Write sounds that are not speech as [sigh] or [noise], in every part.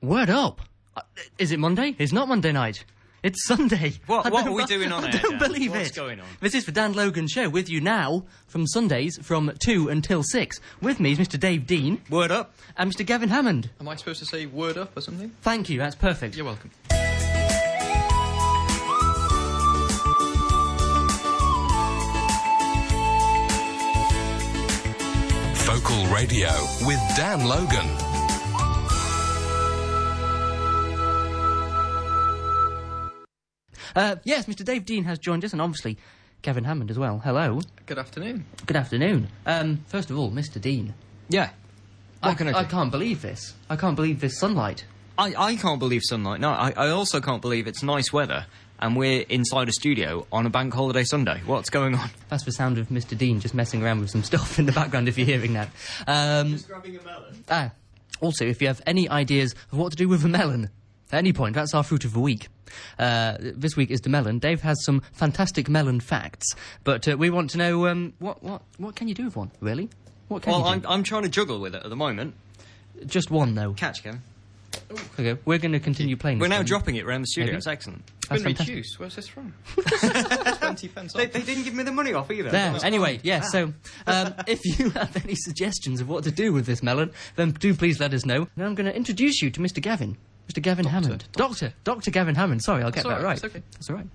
Word up! Uh, Is it Monday? It's not Monday night. It's Sunday. What- I what don't are we bu- doing [laughs] on I air, don't Dan? believe What's it. going on? This is the Dan Logan Show with you now from Sundays from 2 until 6. With me is Mr. Dave Dean Word up. and Mr. Gavin Hammond. Am I supposed to say word up or something? Thank you, that's perfect. You're welcome. Focal Radio with Dan Logan. Uh, yes, Mr. Dave Dean has joined us and obviously Gavin Hammond as well. Hello. Good afternoon. Good afternoon. Um, first of all, Mr. Dean. Yeah. I, What can I do? I can't believe this. I can't believe this sunlight. I, I can't believe sunlight. No, I, I also can't believe it's nice weather and we're inside a studio on a bank holiday Sunday. What's going on? That's the sound of Mr. Dean just messing around with some stuff in the background if you're hearing that. Um, Grabbing a melon. ah, also, if you have any ideas of what to do with a melon, at any point, that's our fruit of the week. Uh, this week is the melon. Dave has some fantastic melon facts, but uh, we want to know um, what, what, what can you do with one, really? What can Well, you I'm, do? I'm trying to juggle with it at the moment. Just one, though. Catch can. Okay, we're going to continue playing We're this now game. dropping it around the studio. Maybe. It's excellent. That's Been fantastic. reduced. Where's this from? [laughs] Twenty pence They, off. they didn't give me the money off either. There. Anyway, yeah. So, um, if you have any suggestions of what to do with this melon, then do please let us know. Now I'm going to introduce you to Mr. Gavin, Mr. Gavin Hammond, Doctor, Doctor Gavin Hammond. Sorry, I'll get all that right, right. it's okay. That's all right.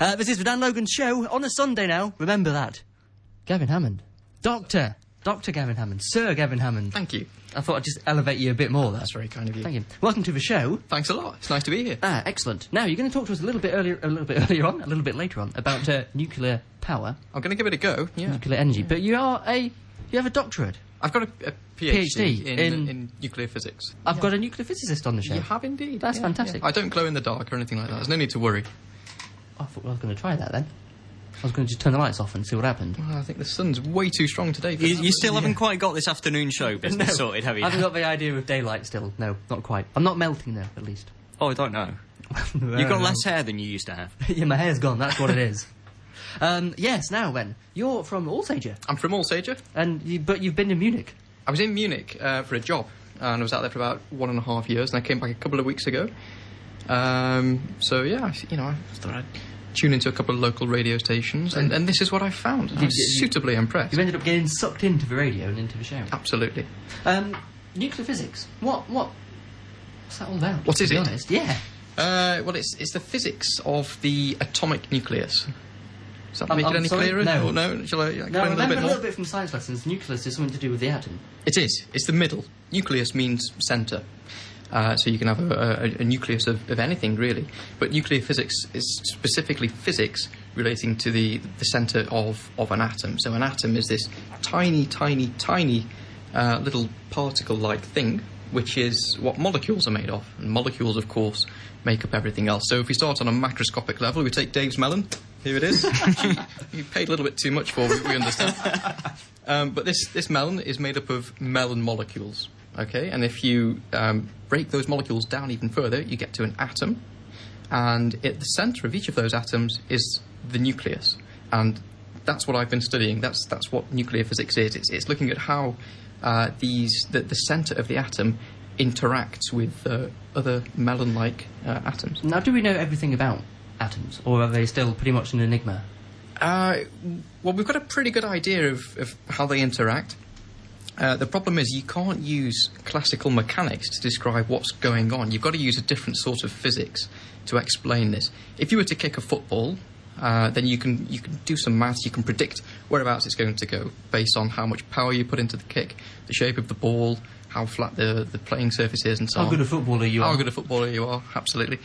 Uh, this is the Dan Logan show on a Sunday now. Remember that, Gavin Hammond, Doctor, Doctor Gavin Hammond, Sir Gavin Hammond. Thank you. I thought I'd just elevate you a bit more. That's That's very kind of you. Thank you. Welcome to the show. Thanks a lot. It's nice to be here. Ah, excellent. Now you're going to talk to us a little bit earlier, a little bit [laughs] earlier on, a little bit later on about uh, nuclear power I'm going to give it a go. Yeah. nuclear energy. But you are a you have a doctorate. I've got a, a PhD, PhD in, in- in, nuclear physics. I've got a nuclear physicist on the show. You have indeed. That's fantastic. I don't glow in the dark or anything like that. There's no need to worry. I thought well, I was going to try that then. I was going to just turn the lights off and see what happened. Well, I think the sun's way too strong today. For You, that, you but- still haven't quite got this afternoon [laughs] show business sorted, have you? I haven't got the idea of daylight still. No, not quite. I'm not melting though, at least. Oh, I don't know. You've got less hair than you used to have. [laughs] yeah, my hair's gone. That's what it is. [laughs] Um, yes. Now then, you're from Alsager, I'm from Alsager. and you, but you've been to Munich. I was in Munich uh, for a job, and I was out there for about one and a half years, and I came back a couple of weeks ago. Um, so yeah, I, you know, I thought I'd tune into a couple of local radio stations, and, and this is what I found. I you- was suitably impressed. You've ended up getting sucked into the radio and into the show. Absolutely. Um, nuclear physics. What? What? What's that all about? What to is be it? Honest? Yeah. Uh, well, it's it's the physics of the atomic nucleus. Does that I'm- make I'm it any sorry? clearer? No. Or no? Shall I explain Now, I a little remember bit a more? little bit from science lessons. Nucleus is something to do with the atom. It is. It's the middle. Nucleus means centre. Uh, so you can have a, a, a nucleus of, of anything, really. But nuclear physics is specifically physics relating to the, the centre of, of an atom. So an atom is this tiny, tiny, tiny uh, little particle like thing, which is what molecules are made of. And molecules, of course, make up everything else. So if we start on a macroscopic level, we take Dave's melon. Here it is. [laughs] you paid a little bit too much for it, we understand. Um, but this, this melon is made up of melon molecules, okay? And if you um, break those molecules down even further, you get to an atom. And at the center of each of those atoms is the nucleus. And that's what I've been studying. That's, that's what nuclear physics is. It's, it's looking at how uh, these, the, the center of the atom interacts with uh, other melon like uh, atoms. Now, do we know everything about atoms, or are they still pretty much an enigma? Uh, well, we've got a pretty good idea of, of how they interact. Uh, the problem is you can't use classical mechanics to describe what's going on. You've got to use a different sort of physics to explain this. If you were to kick a football, uh, then you can you can do some maths. You can predict whereabouts it's going to go based on how much power you put into the kick, the shape of the ball, how flat the, the playing surface is, and so How on good a footballer you how are. good a footballer you are, absolutely.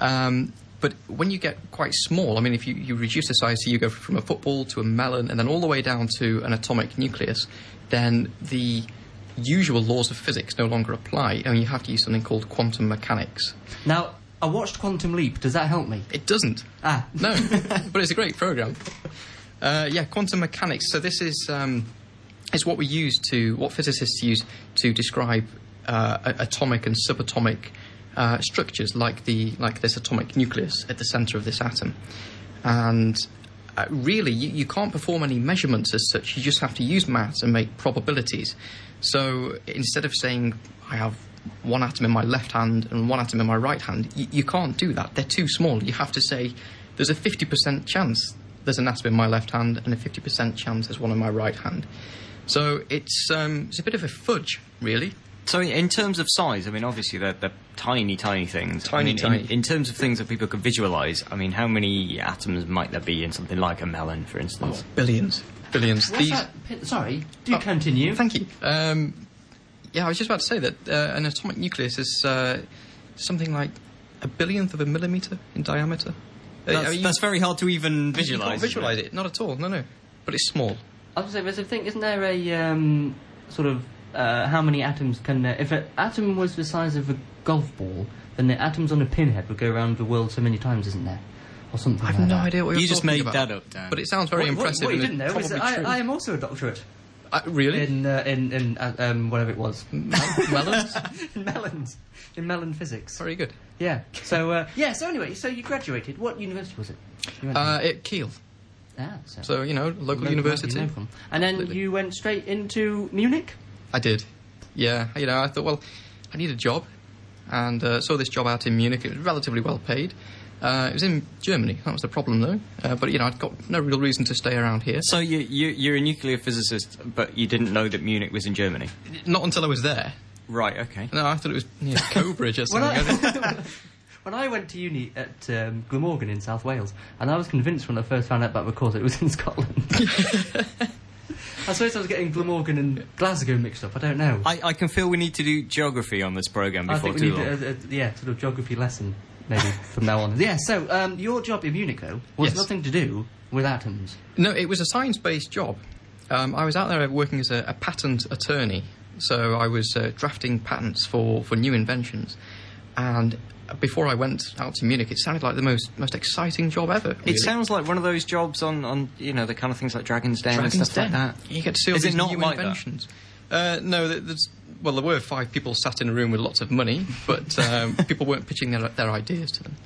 Um, but when you get quite small, I mean, if you, you reduce the size, so you go from a football to a melon and then all the way down to an atomic nucleus, then the usual laws of physics no longer apply, and you have to use something called quantum mechanics. Now, I watched Quantum Leap. Does that help me? It doesn't. Ah. No, but it's a great program. Uh, yeah, quantum mechanics. So this is um, is what we use to what physicists use to describe uh, a- atomic and subatomic uh, structures, like the like this atomic nucleus at the center of this atom. And uh, really, you, you can't perform any measurements as such. You just have to use maths and make probabilities. So instead of saying I have one atom in my left hand and one atom in my right hand. Y- you can't do that. They're too small. You have to say there's a 50% chance there's an atom in my left hand and a 50% chance there's one in my right hand. So it's um, it's a bit of a fudge, really. So in- in terms of size, I mean, obviously they're, they're tiny, tiny things. I Tiny, mean, in- tiny. In, terms of things that people could visualize, I mean, how many atoms might there be in something like a melon, for instance? Billions, billions. What's that? P- Sorry, do Oh. continue. Thank you. Um, yeah, I was just about to say that uh, an atomic nucleus is uh, something like a billionth of a millimeter in diameter. Uh, That's, I mean, you- that's very hard to even you visualize. can't visualize it, not at all. No, no. But it's small. I was going to say, there's a thing, isn't there a um, sort of uh, how many atoms can. Uh, if an atom was the size of a golf ball, then the atoms on a pinhead would go around the world so many times, isn't there? Or something I have like no that. idea what Uh, You you're just talking made about. that up, Dan. But it sounds very What- what- impressive. What, you didn't and know it's is that probably true. I, I am also a doctorate Uh, really? in, uh, in, in uh, um, whatever it was. [laughs] Melons? in melons. In melon physics. very good. Yeah. So, uh, yeah, so anyway, so you graduated. What university was it? You went to? Uh, at Kiel. ah, so. So, you know, local Local university. local. And then Absolutely. you went straight into Munich? I did. Yeah, you know, I thought, well, I need a job, and uh, saw this job out in Munich. It was relatively well paid. Uh, it was in Germany. That was the problem, though. Uh, but you know, I'd got no real reason to stay around here. So you, you, you're a nuclear physicist, but you didn't know that Munich was in Germany. Not until I was there. Right, okay. No, I thought it was near [laughs] Cobridge or When something. I didn't- I, [laughs] when I went to uni at um, Glamorgan in South Wales, and I was convinced when I first found out about the course it was in [laughs] Scotland. I suppose I was getting Glamorgan and Glasgow mixed up. I don't know. I, I can feel we need to do geography on this program I before think we too need long. uh, a, a, yeah sort of geography lesson maybe from now [laughs] on. Yeah. So um, your job in Munich though was Yes. nothing to do with atoms. No, it was a science-based job. Um, I was out there working as a, a patent attorney, so I was uh, drafting patents for, for new inventions. And before I went out to Munich, it sounded like the most most exciting job ever. It really. sounds like one of those jobs on, on you know, the kind of things like Dragon's Den and Dragon's stuff Den. like that. You get to see all Is it these not new like that? inventions. Uh, no, th- there's, well, there were five people sat in a room with lots of money, but [laughs] um, people weren't pitching their, their ideas to them.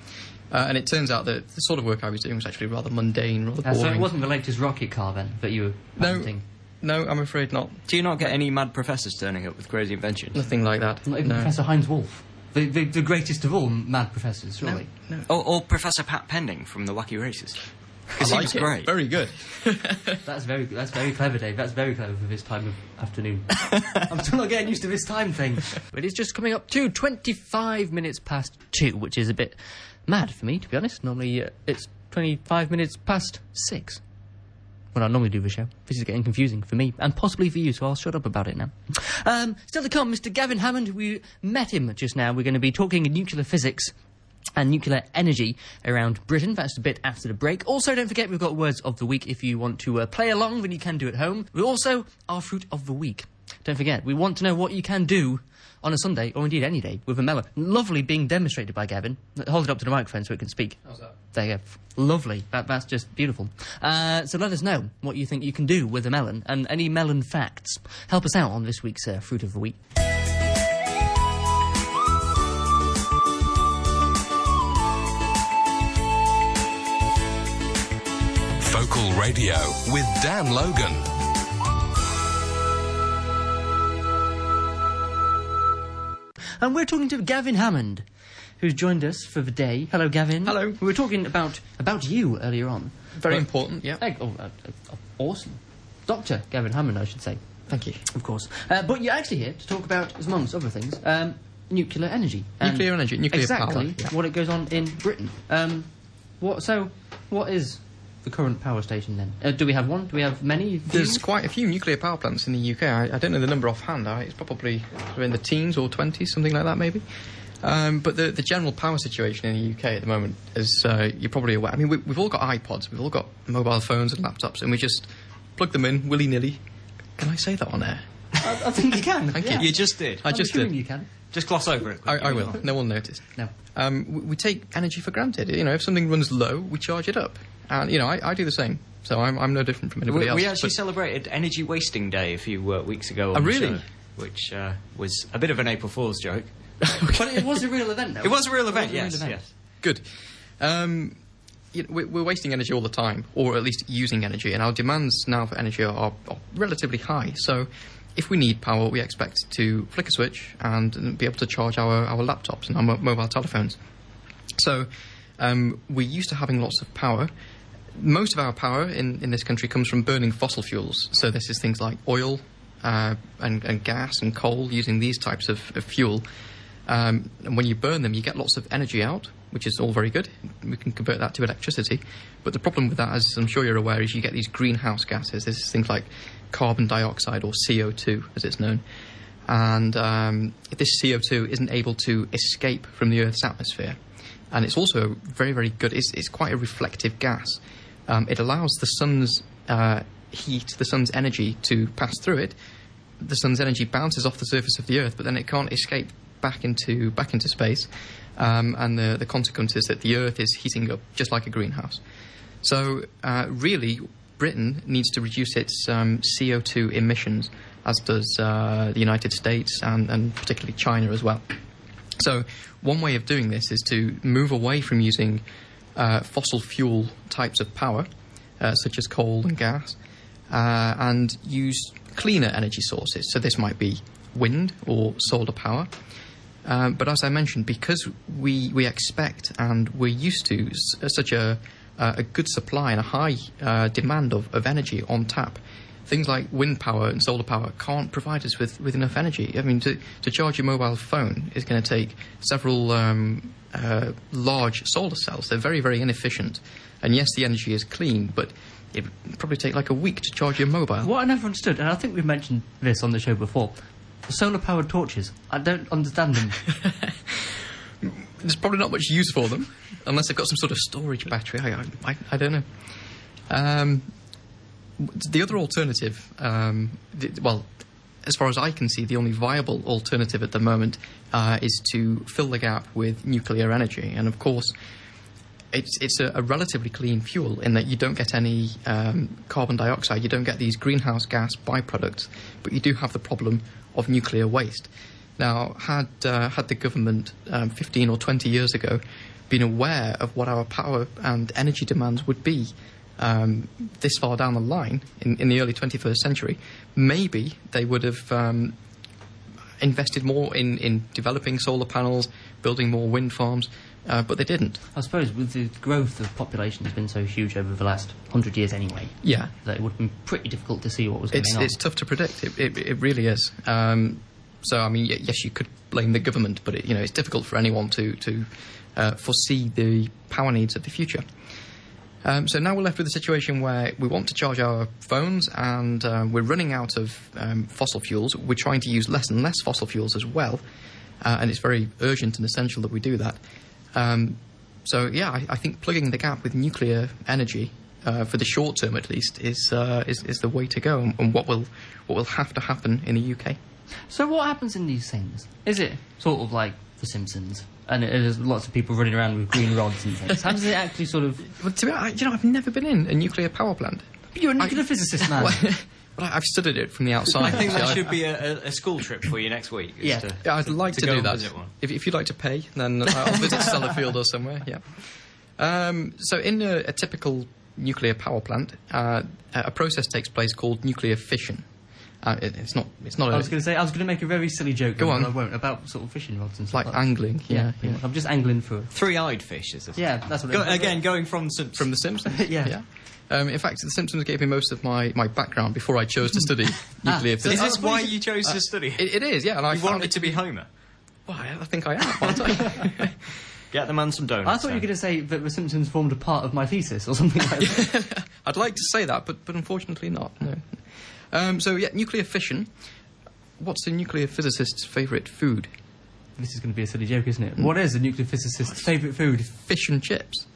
Uh, and it turns out that the sort of work I was doing was actually rather mundane, rather Uh, boring. so it wasn't the latest rocket car then that you were no, patenting. no, I'm afraid not. Do you not get any mad professors turning up with crazy inventions? Nothing like that. Not even no. Professor Heinz Wolf, the, the the greatest of all mad professors, surely. Or, or Professor Pat Pending from the Wacky Races. I Because he was like it. great. Very good. That's very that's very clever, Dave. That's very clever for this time of afternoon. I'm still not getting used to this time thing. But it's just coming up to 25 minutes past two, which is a bit mad for me, to be honest. Normally uh, it's 25 minutes past six when I normally do the show. This is getting confusing for me and possibly for you, so I'll shut up about it now. Um, still to come, Mr. Gavin Hammond. We met him just now. We're going to be talking nuclear physics and nuclear energy around Britain. That's a bit after the break. Also, don't forget we've got words of the week. If you want to uh, play along, then you can do at home. We also are fruit of the week. Don't forget, we want to know what you can do on a Sunday, or indeed any day, with a melon. Lovely being demonstrated by Gavin. Hold it up to the microphone so it can speak. There you go. Lovely. That, that's just beautiful. Uh, so let us know what you think you can do with a melon and any melon facts. Help us out on this week's uh, Fruit of the Week. Focal Radio with Dan Logan. And we're talking to Gavin Hammond, who's joined us for the day. Hello, Gavin. Hello. We were talking about about you earlier on. Very important, yeah. Hey, oh, uh, uh, awesome. Dr. Gavin Hammond, I should say, Thank you. of course. Uh, but you're actually here to talk about, amongst other things, um, nuclear energy. and Nuclear energy, nuclear power, exactly yeah. what it goes on in Britain. Um, what, so, what is the current power station then? Uh, do we have one? Do we have many? Few? There's quite a few nuclear power plants in the UK. I, I don't know the number offhand. I, it's probably in the teens or 20s, something like that, maybe. Um, but the, the general power situation in the UK at the moment is, uh, you're probably aware. I mean, we, we've all got iPods, we've all got mobile phones and laptops, and we just plug them in willy nilly. Can I say that on air? I, I think you can. [laughs] Thank yeah. You just did. I I'm just uh, assuming did. you can. Just gloss over it. I, I will. No one noticed. No. Um, we, we take energy for granted. You know, if something runs low, we charge it up. And, you know, I, I do the same. So I'm, I'm no different from anybody We, else. we actually but- celebrated Energy Wasting Day a few uh, weeks ago. On Oh, the really? show, which uh, was a bit of an April Fool's [laughs] joke. But it was a real event, though. It was a real It event, was a yes. event. yes. Good. Um, you know, we- we're wasting energy all the time, or at least using energy, and our demands now for energy are, are relatively high. So if we need power, we expect to flick a switch and be able to charge our, our laptops and our mo- mobile telephones. So um, we're used to having lots of power. Most of our power in, in this country comes from burning fossil fuels. So this is things like oil uh, and, and gas and coal, using these types of, of fuel. Um, and when you burn them, you get lots of energy out, which is all very good. We can convert that to electricity. But the problem with that, as I'm sure you're aware, is you get these greenhouse gases. This is things like carbon dioxide or CO2, as it's known. And um, this CO2 isn't able to escape from the Earth's atmosphere. And it's also very, very good. It's, it's quite a reflective gas. Um, it allows the sun's uh, heat, the sun's energy, to pass through it, the sun's energy bounces off the surface of the Earth, but then it can't escape back into back into space, um, and the the consequence is that the Earth is heating up just like a greenhouse. So uh, really, Britain needs to reduce its um, CO2 emissions, as does uh, the United States and, and particularly China as well. So, one way of doing this is to move away from using uh, fossil fuel types of power, uh, such as coal and gas, uh, and use cleaner energy sources. So, this might be wind or solar power. Um, but as I mentioned, because we, we expect and we're used to s- such a, uh, a good supply and a high uh, demand of, of energy on tap, things like wind power and solar power can't provide us with, with enough energy. I mean, to, to charge your mobile phone is going to take several um, uh, large solar cells. They're very, very inefficient. And yes, the energy is clean, but it would probably take like a week to charge your mobile. What I never understood, and I think we've mentioned this on the show before, solar powered torches. I don't understand them. there's probably not much use for them unless they've got some sort of storage battery. I, I, I don't know. Um, w- the other alternative, um, th- well, as far as I can see, the only viable alternative at the moment uh, is to fill the gap with nuclear energy. And of course, it's it's a, a relatively clean fuel in that you don't get any um, carbon dioxide, you don't get these greenhouse gas byproducts, but you do have the problem of nuclear waste. Now, had uh, had the government um, 15 or 20 years ago been aware of what our power and energy demands would be um, this far down the line in, in the early 21st century, maybe they would have um, invested more in, in developing solar panels, building more wind farms, uh, but they didn't. I suppose with the growth of population has been so huge over the last hundred years anyway, Yeah, that it would have been pretty difficult to see what was going it's, on. it's tough to predict. It, it, it really is. Um, so, I mean, y- yes, you could blame the government, but it, you know, it's difficult for anyone to to uh, foresee the power needs of the future. Um, so now we're left with a situation where we want to charge our phones and um, we're running out of um, fossil fuels. We're trying to use less and less fossil fuels as well, uh, and it's very urgent and essential that we do that. Um, so yeah, I, I think plugging the gap with nuclear energy uh, for the short term, at least, is, uh, is is the way to go, and, and what will what will have to happen in the UK. So what happens in these things? Is it sort of like The Simpsons? And it- there's lots of people running around with green rods and things. How does it actually sort of... But to be honest, I- you know, I've never been in a nuclear power plant. You're a nuclear physicist, man. [laughs] Well, but I- I've studied it from the outside. [laughs] I think so that should be a, a, a school trip for you next week. is Yeah. to- Yeah, I'd like to, go do and that. visit one. If, if you'd like to pay, then [laughs] I'll visit Sellafield or somewhere. Yeah. Um, so, in a, a typical nuclear power plant, uh, a a process takes place called nuclear fission. Uh, it, it's not. It's not. I a- Oh, was going to say, I was going to make a very silly joke. Go but on. I won't, about sort of fishing rods and stuff like like, angling. that. Yeah, Yeah. yeah. yeah. I'm just angling for... Three-eyed fish is this? Yeah, that's what Go, it is. again, going from Simpsons. From The Simpsons. Yeah. Um, in fact, The Simpsons gave me most of my, my background before I chose to study nuclear is physics. this why you Uh, chose to study? It, it is. Yeah. And I you found wanted to be Homer. Well, I I think I am. [laughs] aren't I? Get the man some donuts. I thought you were then. going to say that The Simpsons formed a part of my thesis or something like [laughs] that. I'd like to say that, but, but unfortunately not. No. Um, so, yeah, nuclear fission. What's a nuclear physicist's favourite food? This is going to be a silly joke, isn't it? Hmm. What is a nuclear physicist's favourite food? Fish and chips.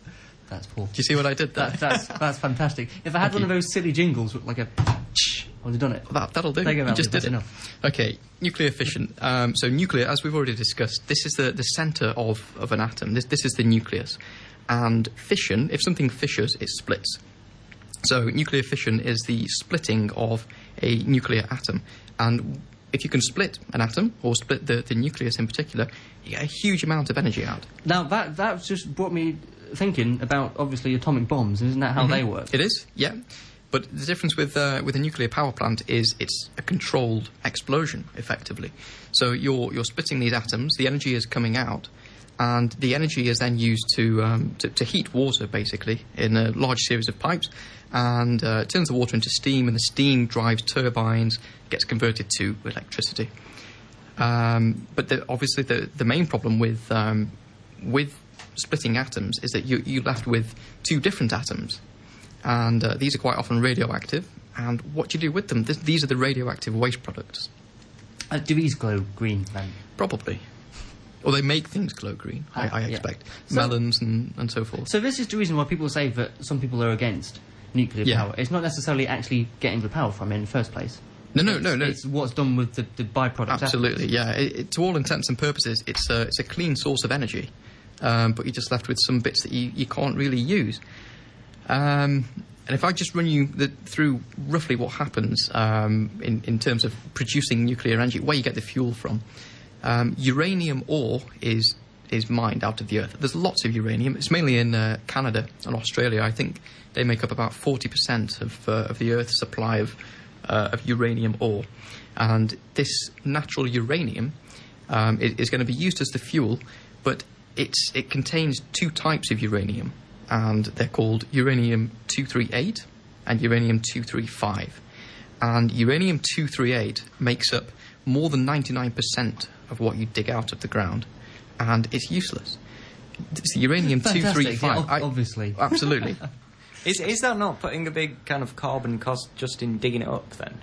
That's poor. Do you see what I did there? That, That, [laughs] that's that's fantastic. If I had one of those silly jingles with like a, I would have done it. will do. There you go, just Malcolm, did it. that's Okay, nuclear fission. Um, so, nuclear, as we've already discussed, this is the, the centre of, of an atom. This, this is the nucleus. And fission, if something fissures, it splits. So nuclear fission is the splitting of a nuclear atom. And if you can split an atom, or split the, the nucleus in particular, you get a huge amount of energy out. Now that that just brought me thinking about obviously atomic bombs, and isn't that how they work? It Mm-hmm. is, yeah. But the difference with uh, with a nuclear power plant is it's a controlled explosion, effectively. So you're you're splitting these atoms. The energy is coming out, and the energy is then used to um, to, to heat water basically in a large series of pipes, and uh, turns the water into steam, and the steam drives turbines, gets converted to electricity. Um, but the, obviously, the, the main problem with um, with splitting atoms is that you, you're left with two different atoms, and uh, these are quite often radioactive. And what do you do with them? Th- these are the radioactive waste products, Uh, do these glow green then? probably. Or they make things glow green, I, I Ah, yeah. expect. So- Melons and, and so forth. So this is the reason why people say that some people are against nuclear Yeah. power. It's not necessarily actually getting the power from it in the first place. no, no, it's, no, no. It's what's done with the, the byproduct. after. Absolutely, yeah. It, it, to all intents and purposes, it's a, it's a clean source of energy, um, but you're just left with some bits that you, you can't really use. Um, and if I just run you the, through roughly what happens um, in, in terms of producing nuclear energy, where you get the fuel from, um, uranium ore is is mined out of the earth. There's lots of uranium. It's mainly in uh, Canada and Australia. I think they make up about 40% of uh, of the earth's supply of uh, of uranium ore, and this natural uranium um, i- is going to be used as the fuel, but it's, it contains two types of uranium, and they're called uranium 238 and uranium 235. And uranium 238 makes up more than 99% of what you dig out of the ground, and it's useless. It's uranium Fantastic, 235. yeah, ob- obviously. [laughs] Absolutely. Is is that not putting a big kind of carbon cost just in digging it up then?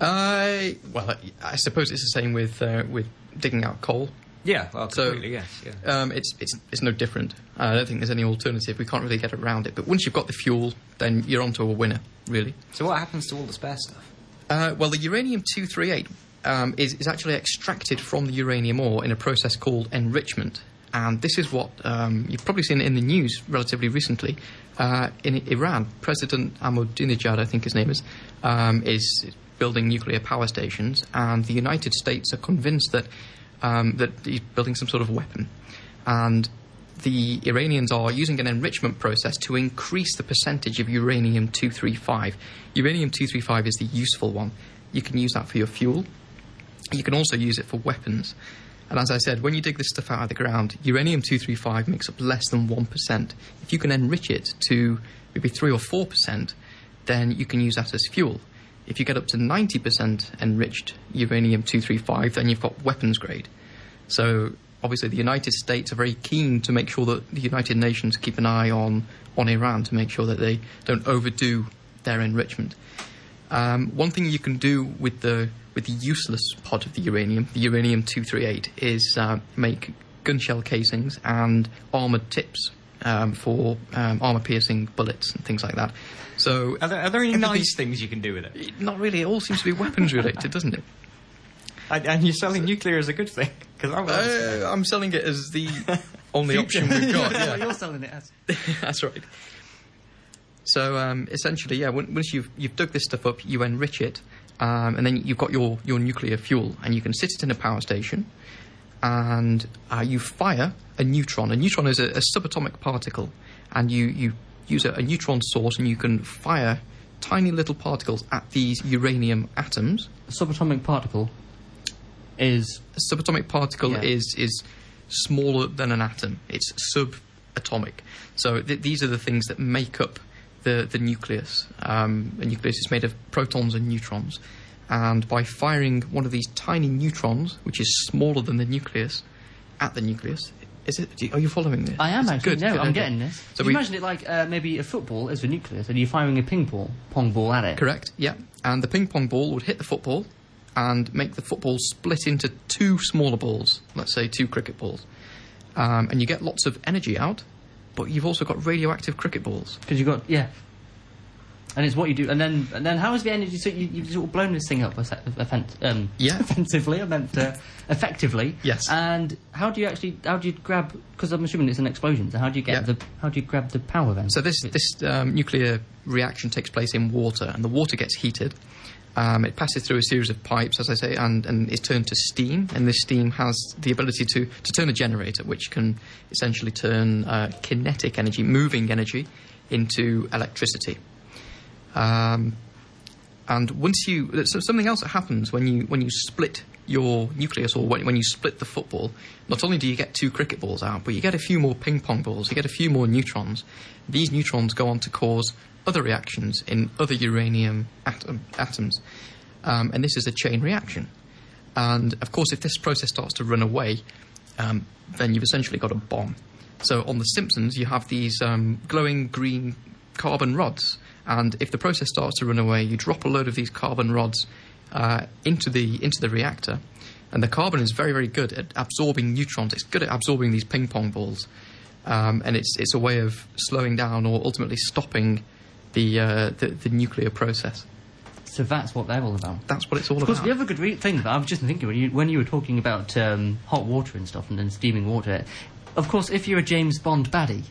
uh, well, I suppose it's the same with, uh, with digging out coal. Yeah, well, So- completely, yes. Yeah. Um, it's, it's, it's no different. Uh, I don't think there's any alternative. We can't really get around it. But once you've got the fuel, then you're onto a winner, really. So what happens to all the spare stuff? Uh, well, the uranium 238 um, is, is actually extracted from the uranium ore in a process called enrichment. And this is what um, you've probably seen in the news relatively recently. Uh, in Iran, President Ahmadinejad, I think his name is, um, is building nuclear power stations, and the United States are convinced that um, that he's building some sort of weapon. And the Iranians are using an enrichment process to increase the percentage of uranium 235. Uranium 235 is the useful one. You can use that for your fuel. You can also use it for weapons. And as I said, when you dig this stuff out of the ground, uranium 235 makes up less than 1%. If you can enrich it to maybe 3 or 4%, then you can use that as fuel. If you get up to 90% enriched uranium 235, then you've got weapons grade. So obviously, the United States are very keen to make sure that the United Nations keep an eye on on Iran to make sure that they don't overdo their enrichment. Um, one thing you can do with the with the useless part of the uranium, the uranium two three eight, is uh, make gunshell casings and armored tips um, for um, armor piercing bullets and things like that. So Are there, are there any everything- nice things you can do with it? Not really. It all seems to be weapons related, doesn't it? And, and you're selling nuclear as a good thing because [laughs] I'm. Uh, I'm selling it as [laughs] the only option we've got. That's [laughs] yeah. what you're selling it as. [laughs] That's right. So um, essentially, yeah, on- once you've, you've dug this stuff up, you enrich it, um, and then you've got your, your nuclear fuel, and you can sit it in a power station, and uh, you fire a neutron. A neutron is a, a subatomic particle, and you, you use a, a neutron source, and you can fire tiny little particles at these uranium atoms. A subatomic particle is A subatomic particle Yeah. is is smaller than an atom. It's subatomic. So th- these are the things that make up the the nucleus. Um, a nucleus is made of protons and neutrons, and by firing one of these tiny neutrons, which is smaller than the nucleus, at the nucleus. Is it? do you- Are you following this? I am It's actually. good, no, good, I'm okay. getting this. So So you we- imagine it like uh, maybe a football is a nucleus, and you're firing a ping ball, pong ball at it. Correct. Yeah. And the ping pong ball would hit the football and make the football split into two smaller balls, let's say two cricket balls. Um, and you get lots of energy out, but you've also got radioactive cricket balls. Because you got yeah. And it's what you do, and then and then how is the energy? So you, you've sort of blown this thing up offe- offen- um, [laughs] Yeah. offensively. I meant uh, effectively. Yes. And how do you actually? How do you grab? Because I'm assuming it's an explosion. So how do you get Yeah. the? How do you grab the power then? So this this um, nuclear reaction takes place in water, and the water gets heated. Um, it passes through a series of pipes, as I say, and, and is turned to steam. And this steam has the ability to, to turn a generator, which can essentially turn uh, kinetic energy, moving energy, into electricity. Um, and once you, so something else that happens when you when you split your nucleus or when, when you split the football, not only do you get two cricket balls out, but you get a few more ping pong balls, you get a few more neutrons. These neutrons go on to cause other reactions in other uranium atom, atoms, um, and this is a chain reaction. And of course, if this process starts to run away, um, then you've essentially got a bomb. So on The Simpsons, you have these um, glowing green carbon rods, and if the process starts to run away, you drop a load of these carbon rods uh, into the into the reactor, and the carbon is very very good at absorbing neutrons. It's good at absorbing these ping pong balls, um, and it's it's a way of slowing down or ultimately stopping the uh, the, the nuclear process. So that's what they're all about. That's what it's all Of course, about. the other good re- thing that I was just thinking when you when you were talking about um, hot water and stuff, and then steaming water. Of course, if you're a James Bond baddie,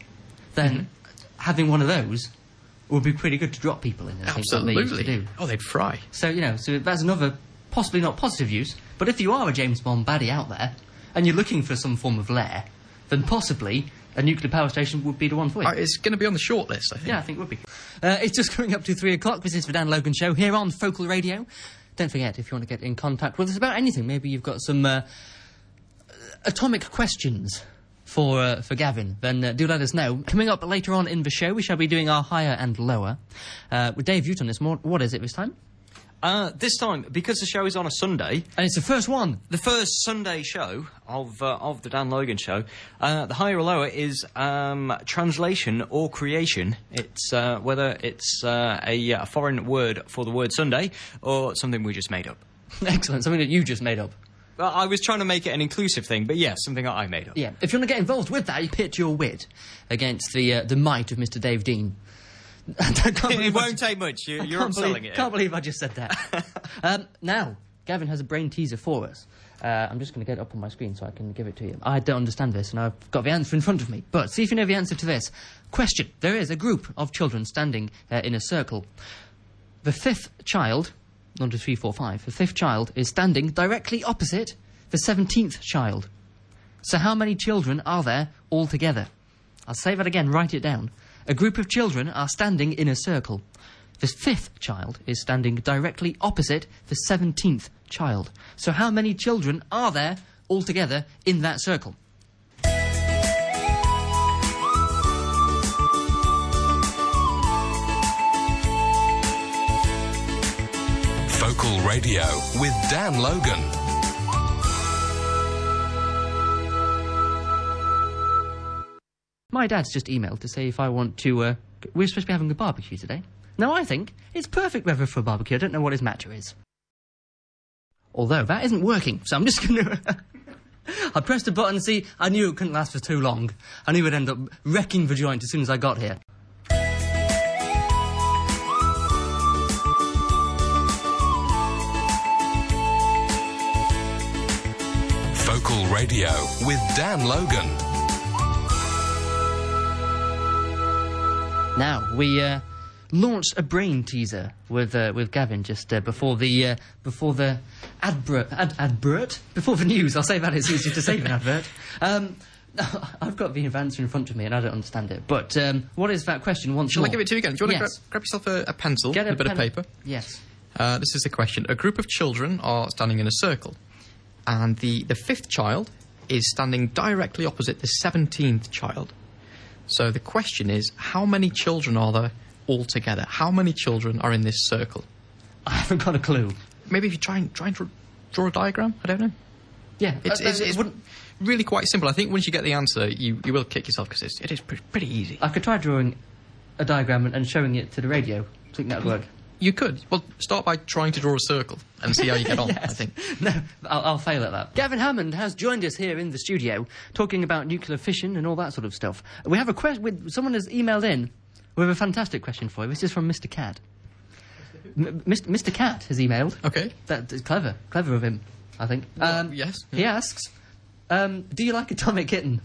then having one of those would be pretty good to drop people in. I think that's what they used to Absolutely. do. Oh, they'd fry. So you know, so that's another possibly not positive use. But if you are a James Bond baddie out there and you're looking for some form of lair, then possibly a nuclear power station would be the one for you. Uh, It's going to be on the short list, I think. Yeah, I think it would be. Uh, it's just coming up to three o'clock. This is the Dan Logan Show here on Focal Radio. Don't forget, if you want to get in contact with us about anything, maybe you've got some uh, atomic questions for uh, for Gavin, then uh, do let us know. Coming up later on in the show, we shall be doing our higher and lower uh, with Dave Uton. This mor- what is it this time? Uh, this time, because the show is on a Sunday, And it's the first one. [laughs] the first Sunday show of uh, of the Dan Logan show, uh, the higher or lower is um, translation or creation. It's uh, whether it's uh, a, uh, foreign word for the word Sunday or something we just made up. Excellent. Something that you just made up. Well, I was trying to make it an inclusive thing, but yeah, something I made up. Yeah. If you want to get involved with that, you pitch your wit against the uh, the might of Mr. Dave Dean. [laughs] I can't It believe I won't take much. You, you're can't upselling believe, it. Can't believe I just said [laughs] that. um, now, Gavin has a brain teaser for us. Uh, I'm just going to get it up on my screen so I can give it to you. I don't understand this, and I've got the answer in front of me. But see if you know the answer to this question. There is a group of children standing uh, in a circle. The fifth child, one, two, three, four, five. The fifth child is standing directly opposite the seventeenth child. So how many children are there altogether? I'll say that again, write it down. A group of children are standing in a circle. The fifth child is standing directly opposite the seventeenth child. So how many children are there altogether in that circle? Focal Radio with Dan Logan. My dad's just emailed to say if I want to. Uh, g- we're supposed to be having a barbecue today. Now I think it's perfect weather for a barbecue. I don't know what his matter is. Although that isn't working, so I'm just [laughs] going to. I pressed a button. See, I knew it couldn't last for too long. I knew it'd end up wrecking the joint as soon as I got here. Focal Radio with Dan Logan. Now we uh, launched a brain teaser with uh, with Gavin just uh, before the uh, before the advert ad, advert before the news. I'll say that it's easier to say than advert. Um, [laughs] I've got the answer in front of me and I don't understand it. But um, what is that question once Shall more? I give it to you again? Do you want yes. to grab, grab yourself a, a pencil Get and a bit pen- of paper? Yes. Uh, this is the question. A group of children are standing in a circle, and the, the fifth child is standing directly opposite the 17th child. So the question is how many children are there altogether? How many children are in this circle? I haven't got a clue. Maybe if you try and, try and draw, draw a diagram? I don't know. Yeah, It's, uh, it's, uh, it's wouldn't- really quite simple. I think once you get the answer, you, you will kick yourself because it is pre- pretty easy. I could try drawing a diagram and, and showing it to the radio. I think that'd work. You could. Well, start by trying to draw a circle and see [laughs] how you get on, I think. no, I'll, I'll fail at that. Gavin Hammond has joined us here in the studio, talking about nuclear fission and all that sort of stuff. We have a question. Someone has emailed in with a fantastic question for you. This is from Mr. Cat. M- Mr. Mr. Cat has emailed. Okay. That is clever, clever of him, I think. Um, yes. He asks, um, "Do you like Atomic Kitten?"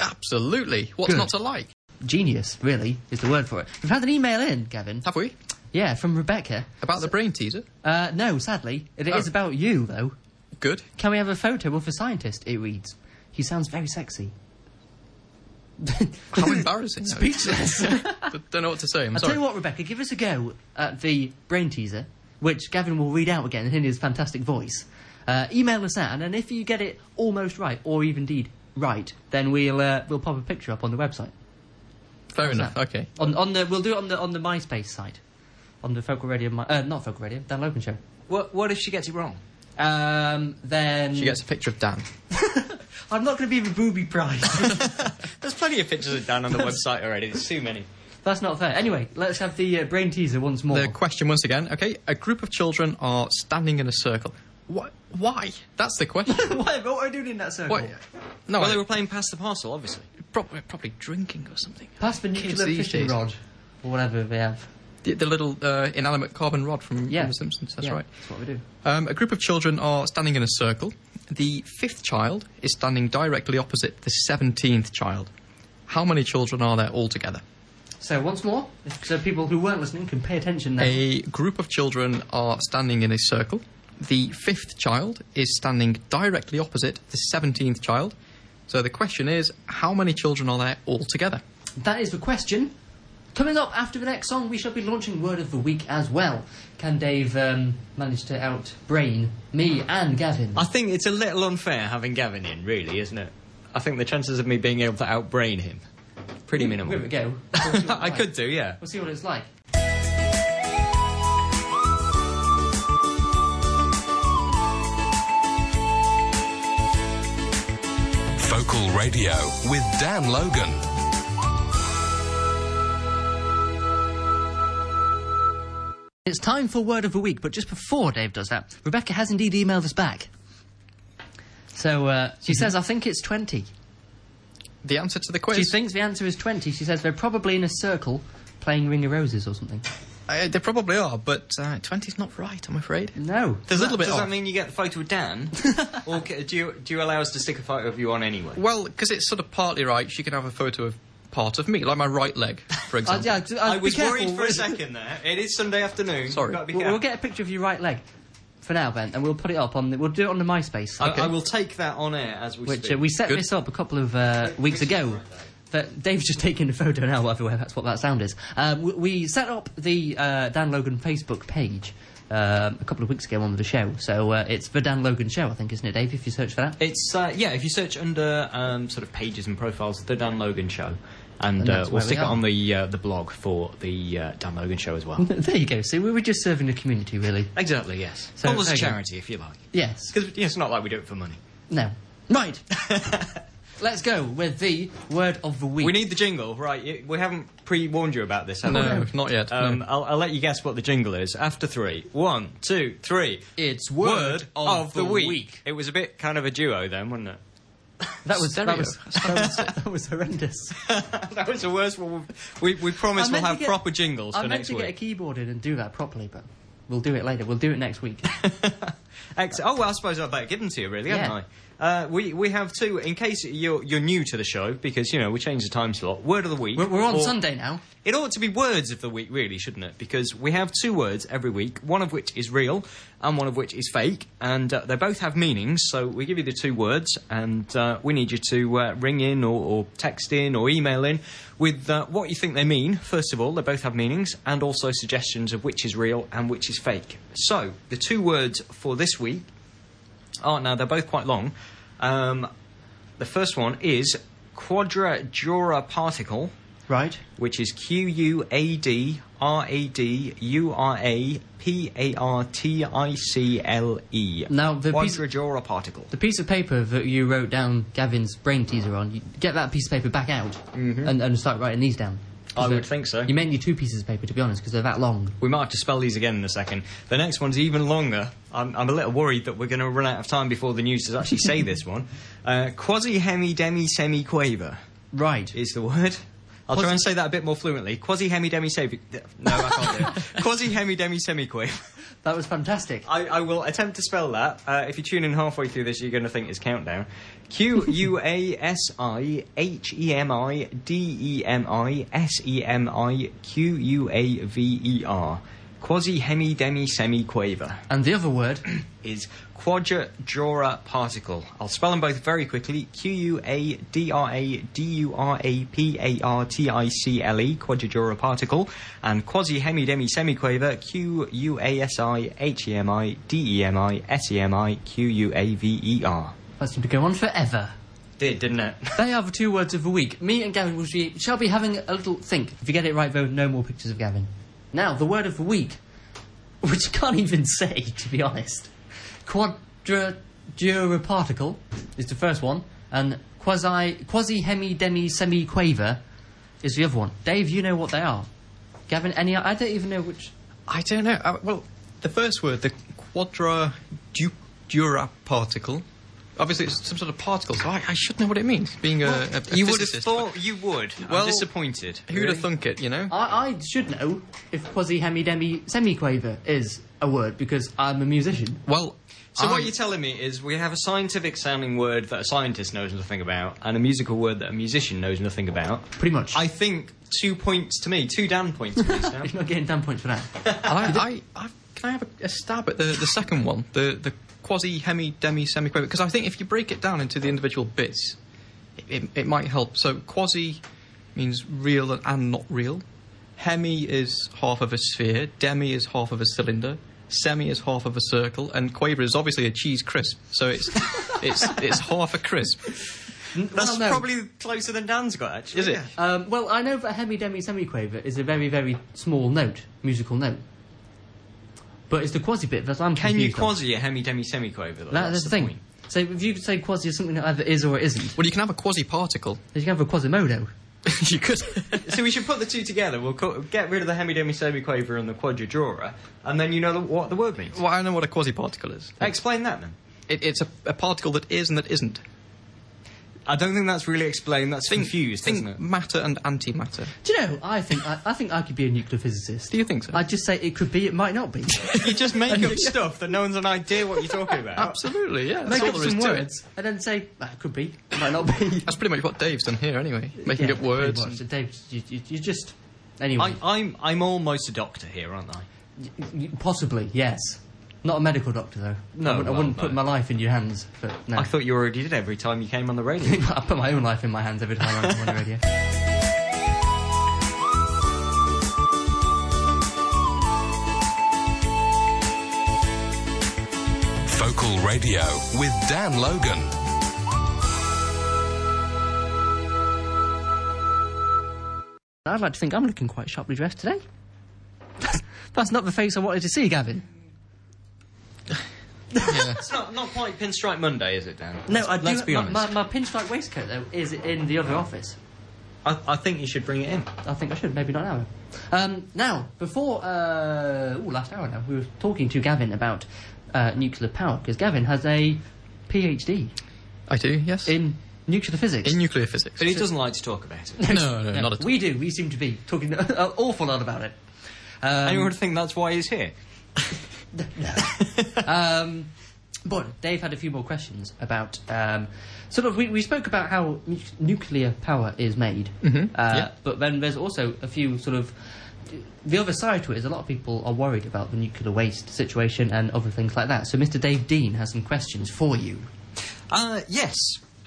Absolutely. What's Good. not to like? Genius, really, is the word for it. We've had an email in, Gavin. Have we? Yeah, from Rebecca. About the brain teaser? Uh, no, sadly, it is Oh. about you though. Good. [laughs] Can we have a photo of a scientist? It reads. He sounds very sexy. How [laughs] embarrassing. though. Speechless. [laughs] Don't know what to say. I'm I'll sorry. tell you what, Rebecca, give us a go at the brain teaser, which Gavin will read out again in his fantastic voice. Uh, email us that, and then if you get it almost right, or even indeed right, then we'll uh, we'll pop a picture up on the website. Fair enough. Okay. On on the we'll do it on the on the MySpace site, on the Focal Radio, Mi- uh, not Focal Radio, Dan Logan Show. What, what if she gets it wrong? Um, then She gets a picture of Dan. I'm not going to be the booby [laughs] prize. There's plenty of pictures of [laughs] Dan on the website already. There's too many. That's not fair. Anyway, let's have the uh, brain teaser once more. The question once again. Okay, a group of children are standing in a circle. What? Why? That's [laughs] the question. Why- what are we doing in that circle? Why? No, Well, they I- were playing Pass the Parcel, obviously. probably, probably drinking or something. Pass the Kids nuclear these fishing days. rod, or whatever they have. The, the little uh, inanimate carbon rod from, from The Simpsons. That's Yeah, right. That's what we do. Um, a group of children are standing in a circle. The fifth child is standing directly opposite the seventeenth child. How many children are there altogether? So once more, if- so people who weren't listening can pay attention now. A group of children are standing in a circle. The fifth child is standing directly opposite the seventeenth child. So the question is, how many children are there altogether? That is the question. Coming up after the next song, we shall be launching Word of the Week as well. Can Dave um, manage to outbrain me and Gavin? I think it's a little unfair having Gavin in, really, isn't it? I think the chances of me being able to outbrain him, pretty Give it a minimal. go. [laughs] I could do, yeah. We'll see what it's like. Focal Radio with Dan Logan. It's time for Word of the Week, but just before Dave does that, Rebecca has indeed emailed us back. So uh, she says, I think it's 20. The answer to the quiz. She thinks the answer is 20. She says they're probably in a circle playing Ring of Roses or something. Uh, they probably are, but uh, 20's not right, I'm afraid. No. There's a little bit Does off. that mean you get the photo [laughs] of Dan, or ca- do you, do you allow us to stick a photo of you on anyway? Well, because it's sort of partly right, she can have a photo of part of me, like my right leg, for I, example. yeah, I, I, I be was careful. worried for a second there. It is Sunday afternoon. Sorry. You've got to be We'll, we'll careful. get a picture of your right leg for now, Ben, and we'll put it up on. The, we'll do it on the MySpace, I- Okay. I will take that on air as we which speak. uh, we set Good. this up a couple of uh, weeks ago. But Dave's just taking a photo now. By the way, that's what that sound is. Um, we, we set up the uh, Dan Logan Facebook page. Um, a couple of weeks ago on the show, so uh, it's the Dan Logan Show, I think, isn't it, Dave? If you search for that, [laughs] It's uh, yeah. If you search under um, sort of pages and profiles, the Dan Logan Show, and, And uh, that's we'll where we stick it are. on the uh, the blog for the uh, Dan Logan Show as well. there you go. See, we were just serving the community, really. exactly. Yes. So, Almost a okay. charity, if you like, Yes. because it's not like we do it for money. No. Right. [laughs] Let's go with the word of the week. We need the jingle, right? you- We haven't pre warned you about this, have we? no, not yet. Um, no. I'll, I'll let you guess what the jingle is after three. One, two, three. It's word of the week. It was a bit kind of a duo then, wasn't it? that was that Stereo. was, that was that was horrendous. [laughs] that was the worst one. we've- We, we promise I we'll meant to have get- proper jingles I for meant next to week. get a keyboard in and do that properly, but we'll do it later. We'll do it next [laughs] week. Ex- oh, well, I suppose I'd better give them to you, really, Yeah. haven't I? Uh, we, we have two, in case you're, you're new to the show, because, you know, we changed the time slot. Word of the week. we're, we're on or- Sunday now. It ought to be words of the week, really, shouldn't it? Because we have two words every week, one of which is real and one of which is fake, and uh, they both have meanings. So we give you the two words, and uh, we need you to uh, ring in or, or text in or email in with uh, what you think they mean. First of all, they both have meanings, and also suggestions of which is real and which is fake. So the two words for this week are now they're both quite long. Um, the first one is quadratura particle Right. which is Q U A D R A D U R A P A R T I C L E. Now, the piece- Quadratura particle. The piece of paper that you wrote down Gavin's brain teaser on, you get that piece of paper back out and, and start writing these down. 'Cause Mm-hmm. I would they're- think so. You may need two pieces of paper, to be honest, because they're that long. We might have to spell these again in a second. The next one's even longer. I'm, I'm a little worried that we're going to run out of time before the news to [laughs] actually say this one. Uh, quasi hemi demi semi quaver Right. is the word. I'll try and say that a bit more fluently. Quasi hemi demi semi. No, I [laughs] can't do it. Quasi hemi demi semi quaver. that was fantastic. I, I will attempt to spell that. Uh, if you tune in halfway through this, you're going to think it's countdown. Q U A S I H E M I D E M I S E M I Q U A V E R. Quasi hemi demi semi quaver And the other word, [clears throat] is quadratura particle. I'll spell them both very quickly. Q U A D R A D U R A P A R T I C L E, quadratura particle, and quasi hemi demi semiquaver, Q U A S I H E M I D E M I S E M I Q U A V E R. that seemed to go on forever. Did, didn't it? They are the two words of the week. Me and Gavin will be, shall be having a little think. If you get it right, though, no more pictures of Gavin. Now, the word of the week, [laughs] which you can't even say, to be honest. Quadratura particle is the first one, and quasi quasi hemi demi semi quaver is the other one. Dave, you know what they are. Gavin, any? I don't even know which. I don't know. Uh, well, the first word, the quadra du- dura particle. Obviously, it's some sort of particle, so I, I should know what it means. Being a, a, a [laughs] You would have physicist, thought you would. Well, I'm disappointed. but Who'd have thunk it? You know. I, I should know if quasi hemi demi semi quaver is a word because I'm a musician. well, So I- what you're telling me is we have a scientific sounding word that a scientist knows nothing about and a musical word that a musician knows nothing about. Pretty much. [laughs] I think two points to me, two Dan points to me, Sam. You're not getting damn points for that. I, I, I, can I have a, a stab at the, the second one, the, the quasi hemi demi semi quaver? Because I think if you break it down into the individual bits, it, it, it might help. So quasi means real and, and not real. Hemi is half of a sphere. Demi is half of a cylinder. Semi is half of a circle, and quaver is obviously a cheese crisp. So it's it's it's half a crisp. That's Well, no. probably closer than Dan's got, actually. Is it? Um, well, I know that hemi demi semiquaver is a very very small note, musical note. But it's the quasi bit that's I'm Can you confused on. quasi a hemi demi semiquaver? though? That, that's the thing. point. So if you could say quasi is something that either is or it isn't, Well, you can have a quasi particle. [laughs] then you can have a quasimodo. you could. so we should put the two together. We'll co- get rid of the hemi demi semiquaver and the quadratura, and then you know the, what the word means. well, I know what a quasi particle is. Explain that then. It, it's a, a particle that is and that isn't. I don't think that's really explained. That's confused, think isn't it? matter and antimatter. Do you know? I think I, I think I could be a nuclear physicist. Do you think so? I'd just say it could be, it might not be. You just [laughs] make up stuff that no one's an idea what you're talking about. Absolutely, yeah. That's Make all up there is some to it. words and then say ah, it could be, it might not be. That's pretty much what Dave's done here, anyway. Making Yeah, up pretty words. much. and- So Dave, you, you, you just anyway, I, I'm I'm almost a doctor here, aren't I? y- y- possibly yes. Not a medical doctor though. No, I wouldn't, I well, wouldn't no. put my life in your hands. But no. I thought you already did every time you came on the radio. I put my own life in my hands every time I'm on the radio. Focal Radio with Dan Logan. [laughs] I'd like to think I'm looking quite sharply dressed today. [laughs] That's, that's not the face I wanted to see, Gavin. [laughs] It's not, not quite Pinstripe Monday, is it, Dan? No, let's, I do. Let's be my, honest. My, my pinstripe waistcoat, though, is in the other office. I, I think you should bring it in. I think I should, maybe not now. Um, now, before, uh, ooh, last hour now, we were talking to Gavin about uh, nuclear power, because Gavin has a PhD I do, yes. in nuclear physics. In nuclear physics. But he doesn't like to talk about [laughs] it. no, no, not at all. we do, we seem to be talking [laughs] an awful lot about it. Anyone would think that's why he's here. [laughs] Um, but Dave had a few more questions about um, sort of we, we spoke about how nu- nuclear power is made, uh, Mm-hmm. yeah. but then there's also a few sort of the other side to it is a lot of people are worried about the nuclear waste situation and other things like that. So Mr. Dave Dean has some questions for you. Uh, yes.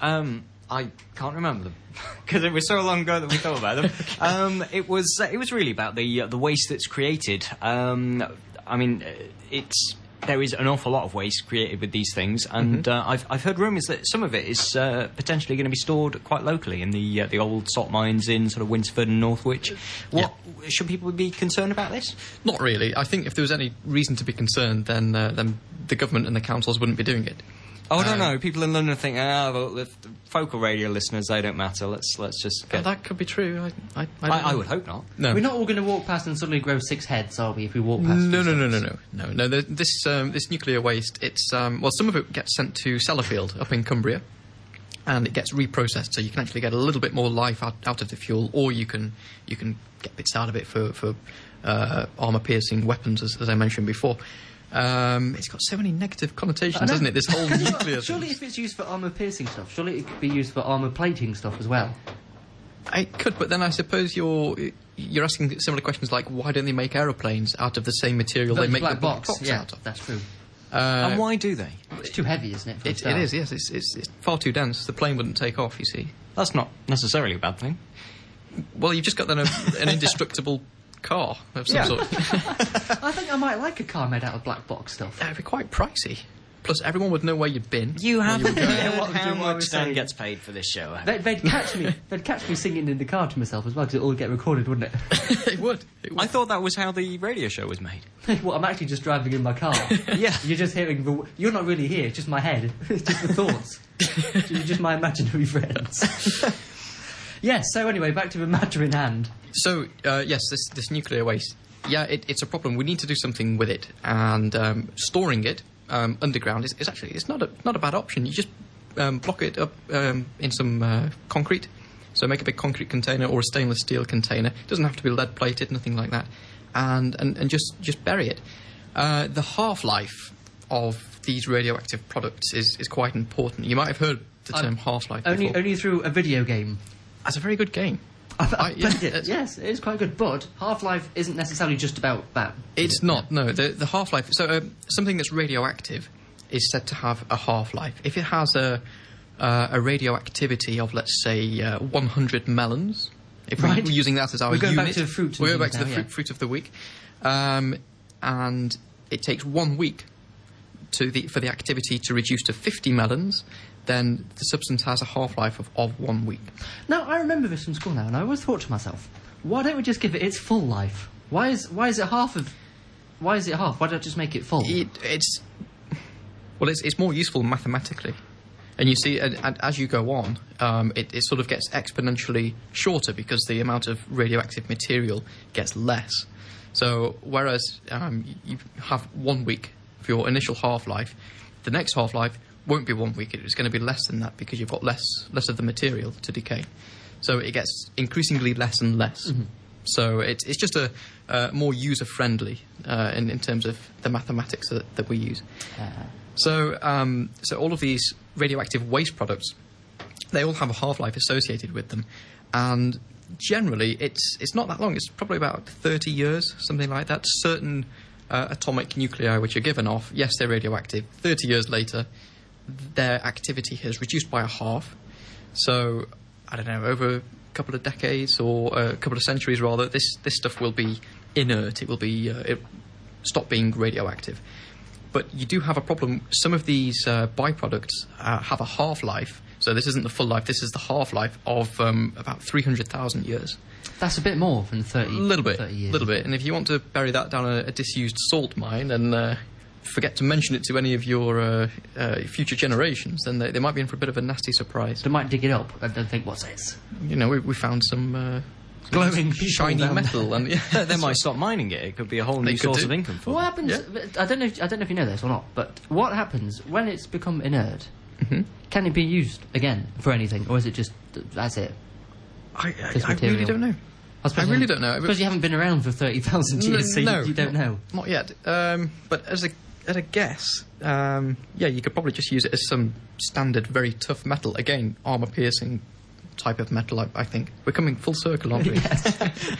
Um, I can't remember them [laughs] because it was so long ago that we thought [laughs] about them. um, it was it was really about the uh, the waste that's created. Um, I mean, uh, it's there is an awful lot of waste created with these things, and uh, I've I've heard rumours that some of it is uh, potentially going to be stored quite locally in the uh, the old salt mines in sort of Winsford and Northwich. What should people be concerned about this? Not really. I think if there was any reason to be concerned, then uh, then the government and the councils wouldn't be doing it. Oh, Um, I don't know. People in London think, ah, well, the the focal radio listeners, they don't matter. Let's let's just But get. that could be true. I, I, I, don't I, I know. would hope not. No. We're not all going to walk past and suddenly grow six heads, are we? If we walk past, Um, No, no, no, no, no, no, no. th- This um, this nuclear waste. It's um, well, some of it gets sent to Sellafield up in Cumbria, and it gets reprocessed, so you can actually get a little bit more life out, out of the fuel, or you can you can get bits out of it for for uh, armor piercing weapons, as, as I mentioned before. Um, it's got so many negative connotations, hasn't it? This [laughs] whole nuclear. Surely, thing. if it's used for armor piercing stuff, surely it could be used for armor plating stuff as well. I could, but then I suppose you're you're asking similar questions like why don't they make aeroplanes out of the same material But they it's make black the black box, yeah, out of? Uh, that's true. and why do they? It's too heavy, isn't it? for a It, it star? is, yes. It's, it's, it's far too dense. The plane wouldn't take off, you see. That's not necessarily a bad thing. Well, you've just got then a, [laughs] an indestructible car of some Yeah. sort. I think I might like a car made out of black box stuff. [laughs] That'd be quite pricey. Plus, everyone would know where you'd been. You haven't Yeah, what- heard do how you know what we're much Dan saying? gets paid for this show. have you? They, they'd catch [laughs] me. they'd catch me singing in the car to myself as well, because it all get recorded, wouldn't [laughs] it? [laughs] it would. It would. I thought that was how the radio show was made. well, I'm actually just driving in my [laughs] car. Yeah. You're just hearing the. You're not really here. It's just my head. [laughs] It's just the [laughs] thoughts. You're just my imaginary friends. yes. So anyway, back to the matter in hand. So uh, yes, this this nuclear waste. Yeah, it, it's a problem. We need to do something with it, and um, storing it um, underground is, is actually it's not a not a bad option. You just um, block it up um, in some uh, concrete. So make a big concrete container or a stainless steel container. It doesn't have to be lead plated, nothing like that, and and, and just just bury it. Uh, the half life of these radioactive products is, is quite important. You might have heard the I'm- term half life. Only, before. only through a video game. that's a very good game. [laughs] I- I've [laughs] yeah, played it. it's- Yes, it is quite good. But Half Life isn't necessarily just about that. It's not. No, the the half life. So um, something that's radioactive is said to have a half life. If it has a uh, a radioactivity of let's say uh, 100 melons, if we- Right. we're using that as our We're going back unit, to the fruit and we're going things back to the now, fruit, yeah. fruit of the week, um, and it takes one week to the for the activity to reduce to 50 melons. Then the substance has a half life of, of one week. Now I remember this from school now, and I always thought to myself, why don't we just give it its full life? Why is why is it half of? Why is it half? Why don't I just make it full? it, it's well, it's it's more useful mathematically, and you see, and, and as you go on, um, it, it sort of gets exponentially shorter because the amount of radioactive material gets less. So whereas um, you- you have one week for your initial half life, the next half life won't be one week. It's going to be less than that because you've got less less of the material to decay. So it gets increasingly less and less. So it's it's just a uh, more user friendly uh, in in terms of the mathematics that, that we use. So um, so all of these radioactive waste products, they all have a half life associated with them, and generally it's it's not that long. It's probably about thirty years, something like that. Certain uh, atomic nuclei which are given off, yes, they're radioactive. Thirty years later, their activity has reduced by a half. So, I don't know, over a couple of decades or uh, a couple of centuries rather, this, this stuff will be inert. It will be uh, it stop being radioactive. But you do have a problem. Some of these uh, byproducts uh, have a half life. So this isn't the full life. This is the half life of um, about three hundred thousand years. That's a bit more than Hmm. thirty. A little bit, a 30 years. little bit. And if you want to bury that down a, a disused salt mine and uh, forget to mention it to any of your uh, uh, future generations, then they, they might be in for a bit of a nasty surprise. They might dig it up and then think, what's this? you know, we, we found some uh, Glowing people shiny down [laughs] metal, and yeah, They might stop mining it. It could be a whole They new could source do. of income for What them. happens? I don't know. If, I don't know if you know this or not, but what happens when it's become inert? Mm-hmm. Can it be used again for anything, or is it just that's it? I, I, This I really material. don't know. suppose I really you- don't know. Because you haven't been around for thirty thousand years, so you- you, don't not- know. Not yet. Um, but as a at a guess, um, yeah, you could probably just use it as some standard, very tough metal. Again, armor piercing type of metal. I, I think we're coming full circle, aren't [laughs] we?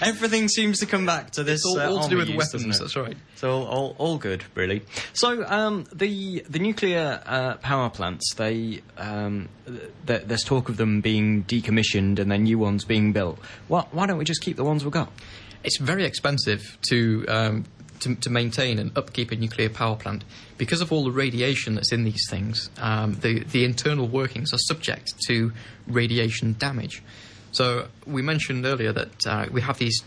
Everything seems to come back to this. It's all, uh, all to do armour with use, weapons. doesn't it? That's right. So all, all, all good, really. So um, the the nuclear uh, power plants, they um, th- th- there's talk of them being decommissioned and then new ones being built. Why, why don't we just keep the ones we've got? It's very expensive to, um, to to maintain and upkeep a nuclear power plant because of all the radiation that's in these things. Um, the the internal workings are subject to radiation damage. So we mentioned earlier that uh, we have these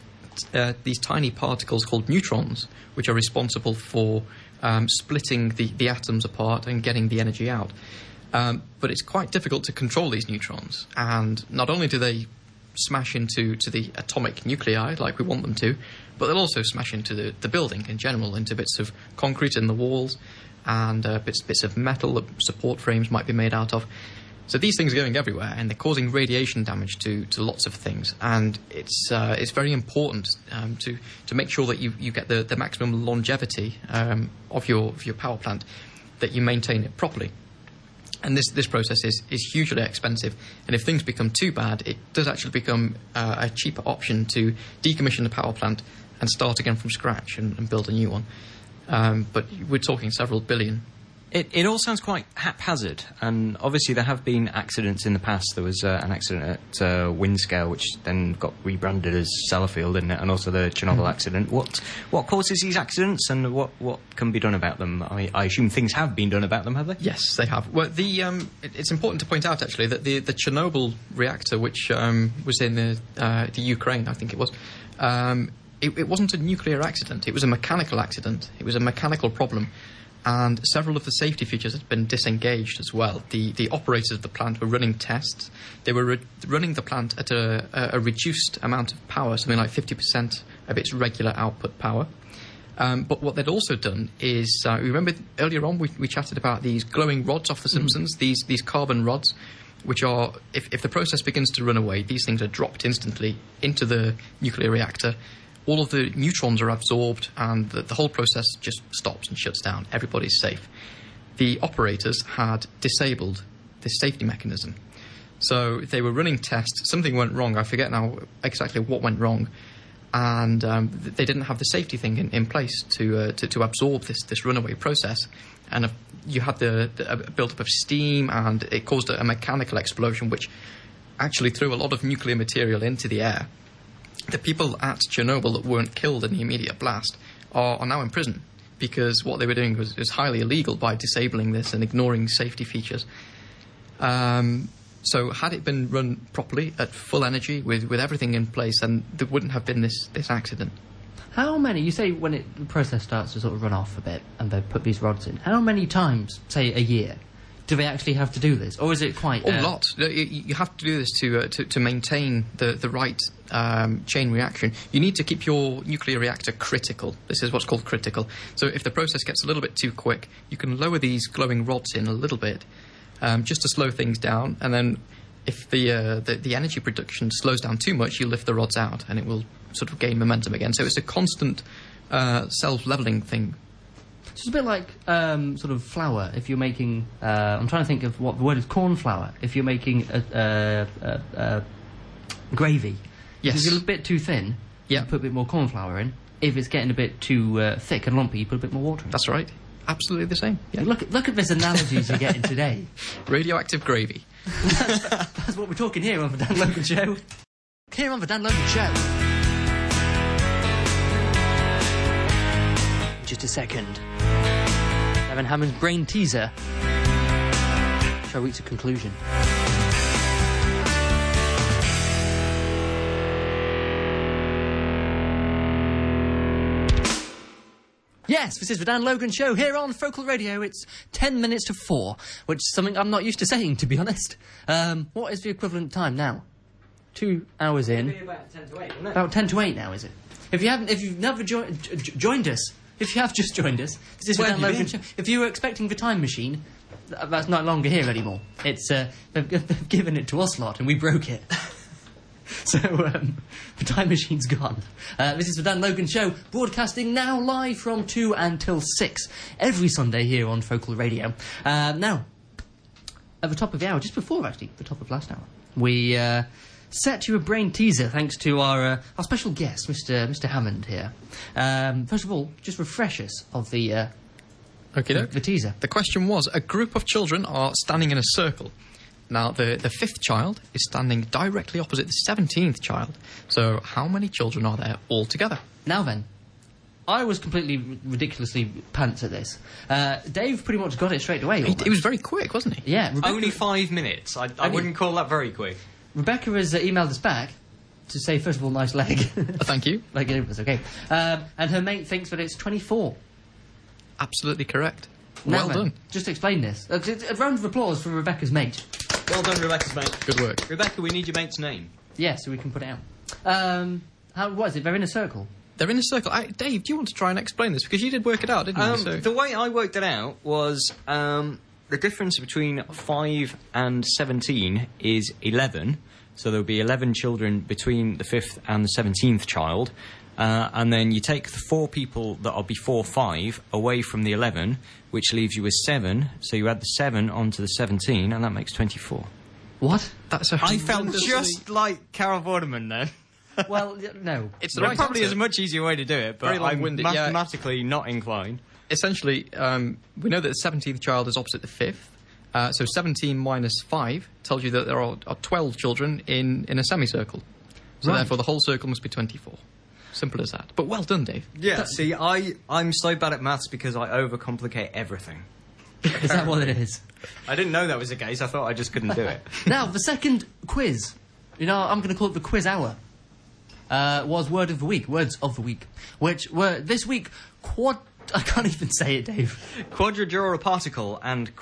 uh, these tiny particles called neutrons, which are responsible for um, splitting the, the atoms apart and getting the energy out. Um, but it's quite difficult to control these neutrons, and not only do they smash into to the atomic nuclei like we want them to, but they'll also smash into the, the building in general, into bits of concrete in the walls and uh, bits bits of metal that support frames might be made out of. So these things are going everywhere, and they're causing radiation damage to, to lots of things. And it's uh, it's very important um, to to make sure that you, you get the, the maximum longevity um, of your of your power plant, that you maintain it properly. And this, this process is, is hugely expensive. And if things become too bad, it does actually become uh, a cheaper option to decommission the power plant and start again from scratch and, and build a new one. Um, but we're talking several billion. It, it all sounds quite haphazard, and obviously there have been accidents in the past. There was uh, an accident at uh, Windscale, which then got rebranded as Sellafield, didn't it? and also the Chernobyl accident. What what causes these accidents, and what, what can be done about them? I, I assume things have been done about them, have they? Yes, they have. Well, the um, it- it's important to point out actually that the the Chernobyl reactor, which um, was in the uh, the Ukraine, I think it was. Um, it, it wasn't a nuclear accident. It was a mechanical accident. It was a mechanical problem, and several of the safety features had been disengaged as well. The the operators of the plant were running tests. They were re- running the plant at a, a, a reduced amount of power, something like fifty percent of its regular output power. Um, but what they'd also done is, uh, you remember earlier on we, we chatted about these glowing rods off The Simpsons, these these carbon rods, which are, if, if the process begins to run away, these things are dropped instantly into the nuclear reactor. All of the neutrons are absorbed, and the, the whole process just stops and shuts down. Everybody's safe. The operators had disabled this safety mechanism. So they were running tests. Something went wrong. I forget now exactly what went wrong, and um, th- they didn't have the safety thing in, in place to, uh, to to absorb this this runaway process. And if you had the, the a buildup of steam, and it caused a, a mechanical explosion, which actually threw a lot of nuclear material into the air. The people at Chernobyl that weren't killed in the immediate blast are, are now in prison because what they were doing was, was highly illegal by disabling this and ignoring safety features. Um, so had it been run properly at full energy with, with everything in place, then there wouldn't have been this, this accident. How many? You say when it, the process starts to sort of run off a bit, and they put these rods in. How many times, say a year, do they actually have to do this, or is it quite A uh, lot. You, you have to do this to, uh, to, to maintain the, the right um, chain reaction. You need to keep your nuclear reactor critical. This is what's called critical. So if the process gets a little bit too quick, you can lower these glowing rods in a little bit um, just to slow things down. And then if the, uh, the, the energy production slows down too much, you lift the rods out and it will sort of gain momentum again. So it's a constant uh, self leveling thing. So it's a bit like um, sort of flour. If you're making, uh, I'm trying to think of what the word is, corn flour. If you're making a, a, a, a gravy, Yes. if it's a bit too thin, Yeah. you put a bit more corn flour in. If it's getting a bit too uh, thick and lumpy, you put a bit more water in. That's right. Absolutely the same. Yeah. Look, at- look at this analogies you're getting [laughs] today. Radioactive gravy. That's what we're talking here on the Dan Logan Show. Here on the Dan Logan Show. Just a second. Evan Hammond's brain teaser shall reach a conclusion. Yes, this is the Dan Logan Show here on Focal Radio. It's 10 minutes to 4, which is something I'm not used to saying, to be honest. Um, what is the equivalent time now? Two hours in. About 10 to 8, wouldn't About ten to eight now, is it? If you haven't, if you've never jo- j- j- joined us, if you have just joined us, this is Where Dan have you Logan been? Show. If you were expecting the time machine, th- that's no longer here anymore. It's uh, they've, [laughs] g- they've given it to us lot, and we broke it. [laughs] so um, the time machine's gone. Uh, this is the Dan Logan Show, broadcasting now live from two until six every Sunday here on Focal Radio. Uh, now, at the top of the hour, just before actually the top of last hour, we uh, set you a brain teaser thanks to our uh, our special guest, Mr. Mr. Hammond here. Um, first of all, just refresh us of the uh, Okay, the teaser. The question was a group of children are standing in a circle. Now, the, the fifth child is standing directly opposite the 17th child. So, how many children are there altogether? Now then, I was completely r- ridiculously pants at this. Uh, Dave pretty much got it straight away. It, almost. it was very quick, wasn't he? yeah, Rebecca, Only five minutes. I, I wouldn't call that very quick. Rebecca has uh, emailed us back to say first of all, nice leg. [laughs] Uh, Thank you. like it was okay, um, and her mate thinks that it's twenty four. Absolutely correct. Now well then, done. Just explain this. A, a round of applause for Rebecca's mate. Well done, Rebecca's mate. Good work. Rebecca, we need your mate's name. Yeah, so we can put it out. Um, how was it? They're in a circle. They're in a circle. I, Dave, do you want to try and explain this? Because you did work it out, didn't Um, you? So- The way I worked it out was um, the difference between 5 and 17 is 11. So there'll be 11 children between the fifth and the 17th child. Uh, and then you take the four people that are before five away from the 11, which leaves you with seven. So you add the seven onto the 17, and that makes 24. What? That's a I felt horrendously- just like Carol Vorderman then. [laughs] Well, [laughs] y- [laughs] no. It's the There right probably answer. is a much easier way to do it, but Very I'm long-winded, yeah. mathematically not inclined. essentially, um, we know that the seventeenth child is opposite the fifth. Uh, so seventeen minus five tells you that there are, are twelve children in, in a semicircle. So Right. therefore, the whole circle must be twenty-four. Simple as that. But well done, Dave. Yeah, see, I, I'm so bad at maths because I overcomplicate everything. Is that what it is? I didn't know that was the case. I thought I just couldn't do [laughs] it. Now, the second quiz, you know, I'm going to call it the quiz hour, uh, was word of the week, words of the week, which were this week quad. [laughs] I can't even say it, Dave. Quadradural particle and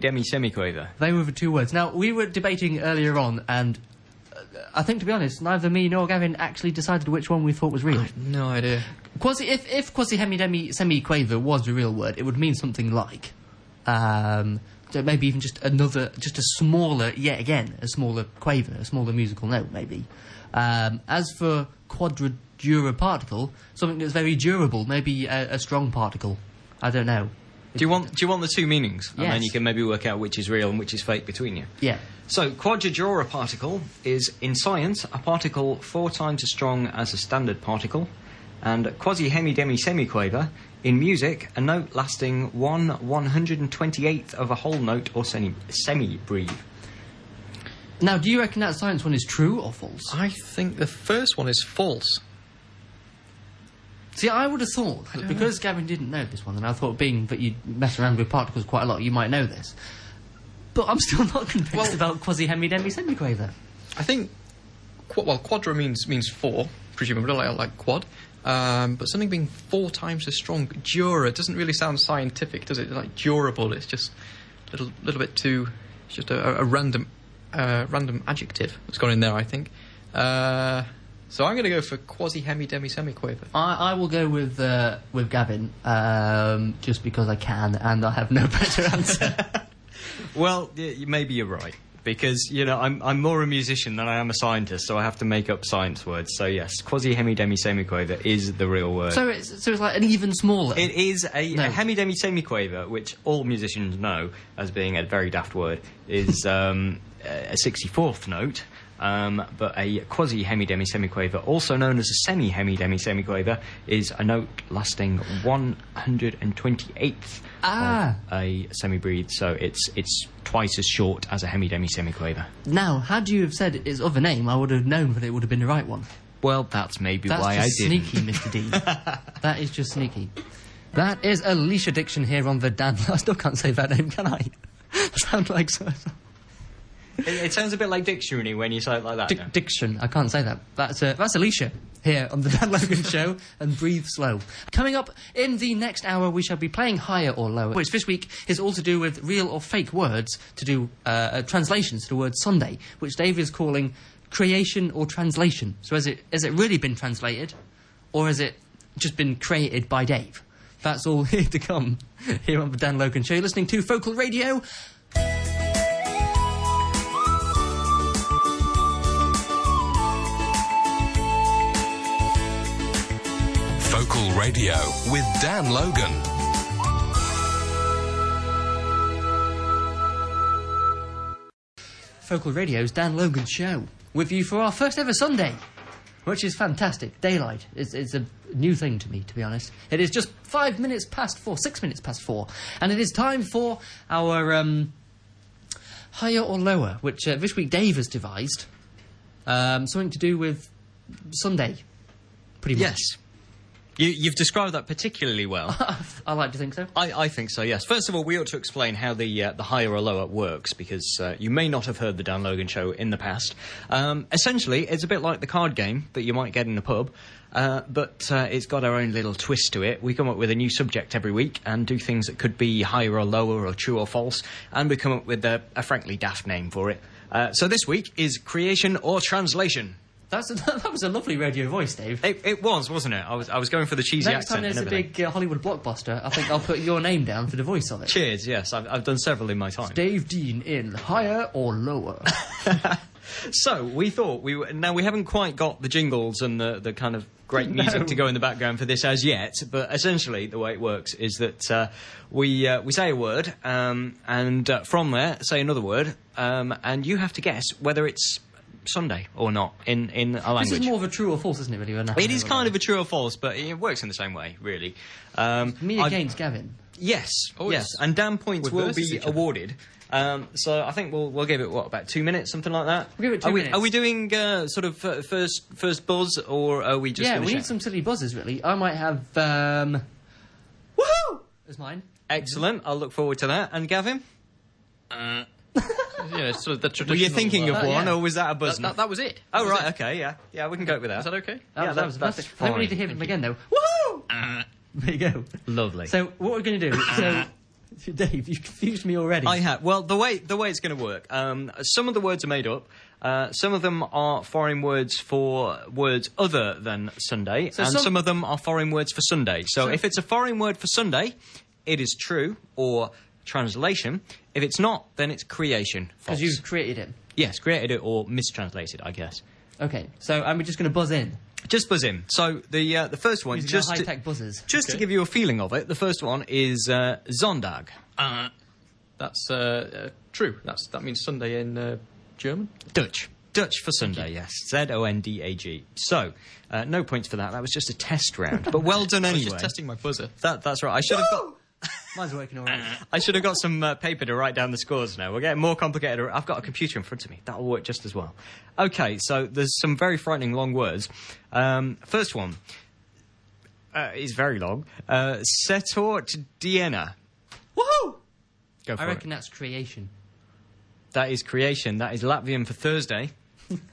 quasi-hemi-demi-semiquaver. They were the two words. Now, we were debating earlier on, and uh, I think, to be honest, neither me nor Gavin actually decided which one we thought was real. No idea. Quasi, if, if quasi hemi demi semi quaver was a real word, it would mean something like, um, so maybe even just another, just a smaller, yet again, a smaller quaver, a smaller musical note, maybe. Um, as for quadradura particle, something that's very durable, maybe a, a strong particle. I don't know. Do you want? Do you want the two meanings? And then Yes. you can maybe work out which is real and which is fake between you. Yeah. So, quadratura particle is, in science, a particle four times as strong as a standard particle, and quasi hemi demi semiquaver, in music, a note lasting one 128th of a whole note or semi semi-breve. Now, do you reckon that science one is true or false? I think the first one is false. See, I would have thought that because Gavin didn't know this one, and I thought being that you mess around with particles quite a lot, you might know this. But I'm still [laughs] not convinced Well- about quasi hemi demi semiquaver. I think, qu- well, quadra means means four, presumably, like, like quad. Um, but something being four times as strong, dura, doesn't really sound scientific, does it? Like durable, it's just a little, little bit too, it's just a, a random, uh, random adjective that's gone in there, I think. Uh, so I'm going to go for quasi hemi demi semiquaver. I, I will go with uh, with Gavin um, just because I can, and I have no [laughs] better answer. Well, y- y- maybe you're right. Because, you know, I'm, I'm more a musician than I am a scientist, so I have to make up science words. So, yes, quasi hemi demi semiquaver is the real word. so it's so it's like an even smaller. It is a, No. a hemi-demi semiquaver, which all musicians know as being a very daft word, is [laughs] um, a 64th note. Um, but a quasi hemi-demi semiquaver, also known as a semi hemi-demi semiquaver, is a note lasting 128th Ah. of a semi-breathe. So it's it's twice as short as a hemi-demi semiquaver. now, had you have said its other name, I would have known that it would have been the right one. Well, that's maybe That's why I just didn't. sneaky, Mr. [laughs] D. that is just sneaky. That is Alicia Diction here on the Dan. [laughs] I still can't say that name, can I? [laughs] I sound like so. It, it sounds a bit like dictionary when you say it like that. Dic- now. Diction. I can't say that. That's uh, that's Alicia here on the [laughs] Dan Logan Show and Breathe Slow. Coming up in the next hour, we shall be playing Higher or Lower, which this week is all to do with real or fake words to do uh, uh, translations to the word Sunday, which Dave is calling creation or translation. So has it has it really been translated, or has it just been created by Dave? That's all [laughs] here to come here on the Dan Logan Show. You're listening to Focal Radio. Focal Radio with Dan Logan. Focal Radio's Dan Logan show with you for our first ever Sunday, which is fantastic. Daylight is it's a new thing to me, to be honest. It is just five minutes past four, six minutes past four, and it is time for our um, higher or lower, which uh, this week Dave has devised. Um, something to do with Sunday, pretty much. Yes. You, you've described that particularly [laughs] well. I like to think so. I, I think so, yes. First of all, we ought to explain how the, uh, the higher or lower works because uh, you may not have heard the Dan Logan show in the past. Um, essentially, it's a bit like the card game that you might get in a pub, uh, but uh, it's got our own little twist to it. We come up with a new subject every week and do things that could be higher or lower or true or false, and we come up with a, a frankly daft name for it. Uh, so this week is creation or translation. That's [laughs] a, that was a lovely radio voice, Dave. It, it was, wasn't it? I was, I was going for the cheesy Next time accent. and there's a everything. big uh, Hollywood blockbuster, I think I'll put your name down for the voice on it. Cheers, yes. I've, I've done several in my time. Dave Dean in higher or lower? So we thought we were, now we haven't quite got the jingles and the, the kind of [laughs] great music to go in the background for this as yet. But essentially, the way it works is that uh, we uh, we say a word um, and uh, from there say another word, um, and you have to guess whether it's Sunday or not in in a [laughs] This language. is more of a true or false, isn't it? Really, when I- it is kind of a true or false, but it works in the same way, really. Um, me I've- against Gavin. Yes, Oh, yes, it's- and Dan points we're will versus be each other. awarded. Um, so I think we'll we'll give it what about two minutes, something like that. We'll give it two are we, minutes. Are we doing uh, sort of uh, first first buzz, or are we just? yeah, gonna we shout? need some silly buzzers. Really, I might have um, Woohoo! as mine. Excellent. I'll look forward to that. And Gavin, [laughs] Yeah, it's sort of the were traditional. you thinking of uh, one, yeah. or was that a buzz? that, that, that was it. That oh was right, it. okay, yeah, yeah, we can go with that. Is that okay? That Yeah, was, that- that was about that's it. I think we need to hear them again though. Woohoo! Uh. there you go. Lovely. So what we're [laughs] going to do? So, [laughs] Dave, you confused me already. I have. Well, the way the way it's going to work. Um, some of the words are made up. Uh, some of them are foreign words for words other than Sunday, and some, some- of them are foreign words for Sunday. So, if it's a foreign word for Sunday, it is true or translation. If it's not, then it's creation. because False. you created it. yes, created it or mistranslated, I guess. Okay, so I'm just going to buzz in. Just buzz in. So the uh, the first one, Using just our to- high-tech buzzers. just to Okay. give you a feeling of it, the first one is uh, Zondag. That's uh, uh, true. That's that means Sunday in uh, German. Dutch. Dutch for Sunday, yes. Z O N D A G. So, uh, no points for that. That was just a test round. But well [laughs] done I was anyway. just testing my buzzer. that, that's right. I should have got. Mine's working all right. I should have got some uh, paper to write down the scores now. We're getting more complicated. I've got a computer in front of me. That'll work just as well. Okay, so there's some very frightening long words. Um, first one uh, is very long. Uh, Setort Dienna. Woohoo! Go for I reckon it. that's creation. That is creation. That is Latvian for Thursday.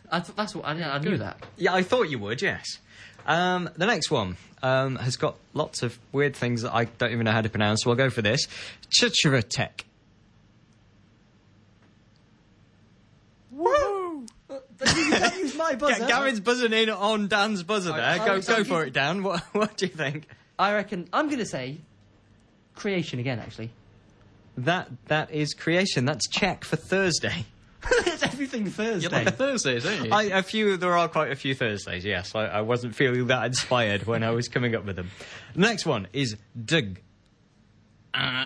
I th- that's what I, I knew [laughs] that. Yeah, I thought you would, yes. Um, the next one um, has got lots of weird things that I don't even know how to pronounce, so I'll go for this. Chichiratek. Woo! Don't use my buzzer. Ga- Gavin's buzzing in on Dan's buzzer there. I- go I- go for it, Dan. What, [laughs] what do you think? I reckon I'm going to say creation again. [laughs] Actually, That That is creation. That's Czech for Thursday. it's everything Thursday. You're like a Thursdays, aren't you? [laughs] I, a few, there are quite a few Thursdays, yes. I, I wasn't feeling that inspired when I was coming up with them. The next one is Dug. Uh,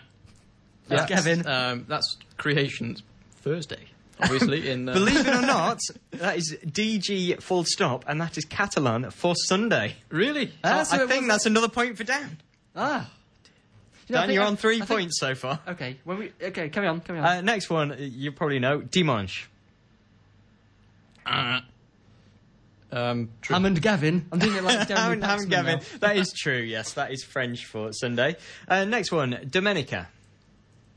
that's, Gavin. Um, that's creation's Thursday, obviously. in uh, [laughs] Believe [laughs] it or not, that is DG full stop, and that is Catalan for Sunday. really? Ah, so I it think was- that's another point for Dan. Ah. You know, I Dan, think- you're I- on three I think- points so far. Okay, when we okay, carry on, carry on. Uh, next one, uh, you probably know, Dimanche. um, true. I'm and Gavin. I'm doing it [laughs] like Jeremy Haven't, haven't Paxman Oh, Gavin. now. That [laughs] is true, yes. That is French for Sunday. Uh, next one, Dominica.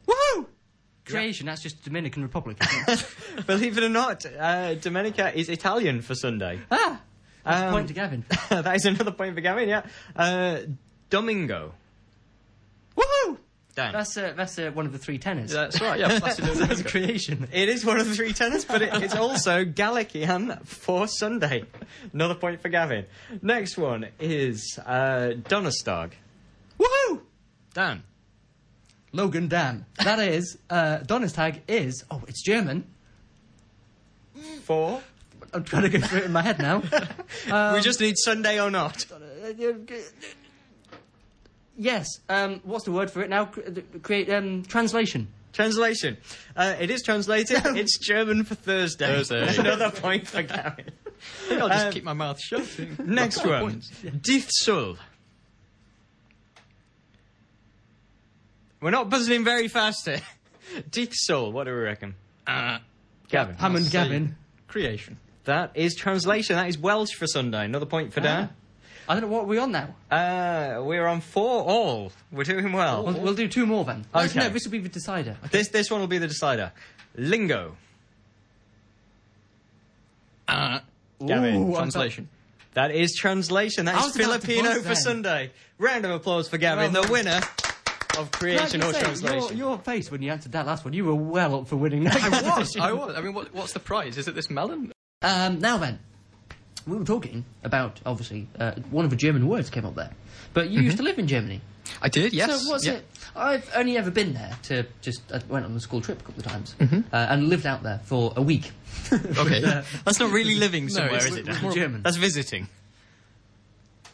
Woohoo! Creation. That's just Dominican Republic. isn't it? [laughs] Believe it or not, uh, Dominica is Italian for Sunday. ah, that's Um, a point [laughs] to Gavin. that is another point for Gavin, yeah. Uh, Domingo. Woohoo! Dan. That's uh, that's uh, one of the three tenors. That's right. [laughs] Yeah, Placido that's Domingo. creation. It is one of the three tenors, but it, it's also Galician for Sunday. Another point for Gavin. Next one is uh, Donnerstag. Woohoo! Dan. Logan Dan. That is uh, Donnerstag is. Oh, it's German. For. I'm trying to go through it in my head now. [laughs] we just need Sunday or not. yes. Um, what's the word for it now? Cre- the- Create um, translation. Translation. Uh, it [laughs] is translated. it's German for Thursday. Thursday. [laughs] Another point for I Gavin. think I'll just Um, keep my mouth shut. Next Couple one. points. Dithsul. We're not buzzing in very fast here. [laughs] Dithsul, what do we reckon? Uh, Gavin. Hammond Say Gavin. Creation. That is translation. That is Welsh for Sunday. Another point Ah. for Dan. I don't know what we're on now. Uh, we're on four all. We're doing well. We'll, we'll do two more then. Okay. No, this will be the decider. This this one will be the decider. Lingo. Gavin, Ooh, I Translation. That is translation. That I is was about to Filipino buzz for then. Sunday. Round of applause for Gavin, Well the done. winner Can I of just creation or say, translation. Your, your face when you answered that last one, you were well up for winning that. I was. I was. I mean, what, what's the prize? Is it this melon? [laughs] Um, now then, we were talking about obviously uh, one of the German words came up there, but you used to live in Germany. I did, yes. So what's yeah. it? I've only ever been there to just I went on a school trip a couple of times uh, and lived out there for a week. Okay. That's not really living somewhere, it's is it? li- Dan? German. That's visiting.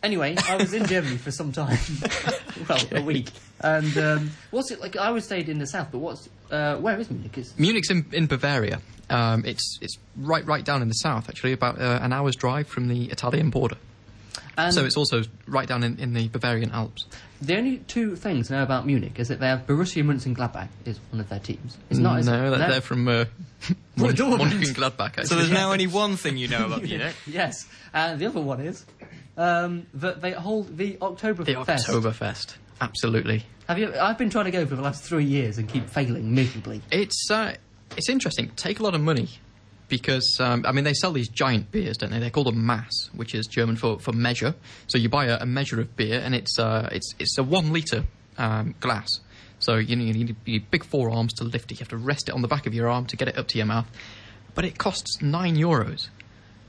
Anyway, I was in Germany for some [laughs] time, [laughs] well, a week. And um, what's it like? I was stayed in the south, but what's uh, where is Munich? It's, Munich's in, in Bavaria. Um, it's it's right right down in the south, actually, about uh, an hour's drive from the Italian border. and so it's also right down in, in the Bavarian Alps. the only two things I know about Munich is that they have Borussia Mönchengladbach is one of their teams. It's not. Is no, it? they're, they're from uh, Well, Mon- Dortmund. Gladbach. So there's now only one thing you know [laughs] about Munich. [laughs] Yes, and the other one is um, that they hold the Oktoberfest. the Oktoberfest. Absolutely. Have you? I've been trying to go for the last three years and keep failing miserably. It's uh, it's interesting. Take a lot of money because um, I mean they sell these giant beers, don't they? They're called a mass, which is German for, for measure. So you buy a, a measure of beer, and it's uh, it's it's a one liter um, glass. So you know you need, you need big forearms to lift it. You have to rest it on the back of your arm to get it up to your mouth. But it costs nine euros.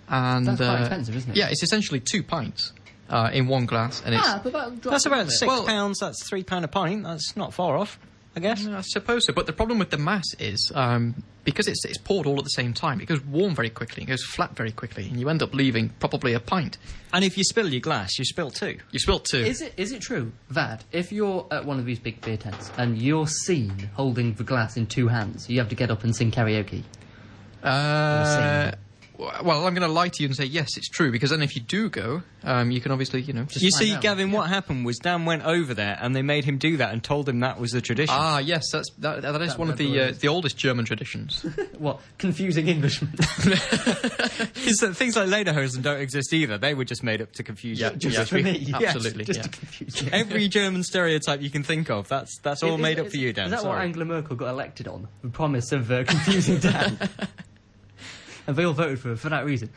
And That's quite uh, expensive, isn't it? Yeah, it's essentially two pints uh, in one glass, and it's Ah, but that That's about six Well- pounds. That's three pound a pint. That's not far off, I guess. No, I suppose so. But the problem with the mass is um, because it's it's poured all at the same time. It goes warm very quickly. It goes flat very quickly, and you end up leaving probably a pint. And if you spill your glass, you spill two. You spilt two. Is it is it true that if you're at one of these big beer tents and you're seen holding the glass in two hands, you have to get up and sing karaoke? Uh, w- well, I'm going to lie to you and say yes, it's true. Because then if you do go, um, you can obviously you know just you find see, out, Gavin, what happened was Dan went over there and they made him do that and told him that was the tradition. ah yes, that's that, that is one of the uh, remembers. the oldest German traditions. What confusing [laughs] Englishmen? It's that things like lederhosen don't exist either. They were just made up to confuse you. yeah, for [laughs] me, yes, absolutely. just yeah. to confuse you. Every German stereotype you can think of, that's that's all Is- made is- up for you, Dan. Is that Sorry. what Angela Merkel got elected on? The promise of uh, [laughs] confusing [laughs] Dan. and they all voted for her for that reason.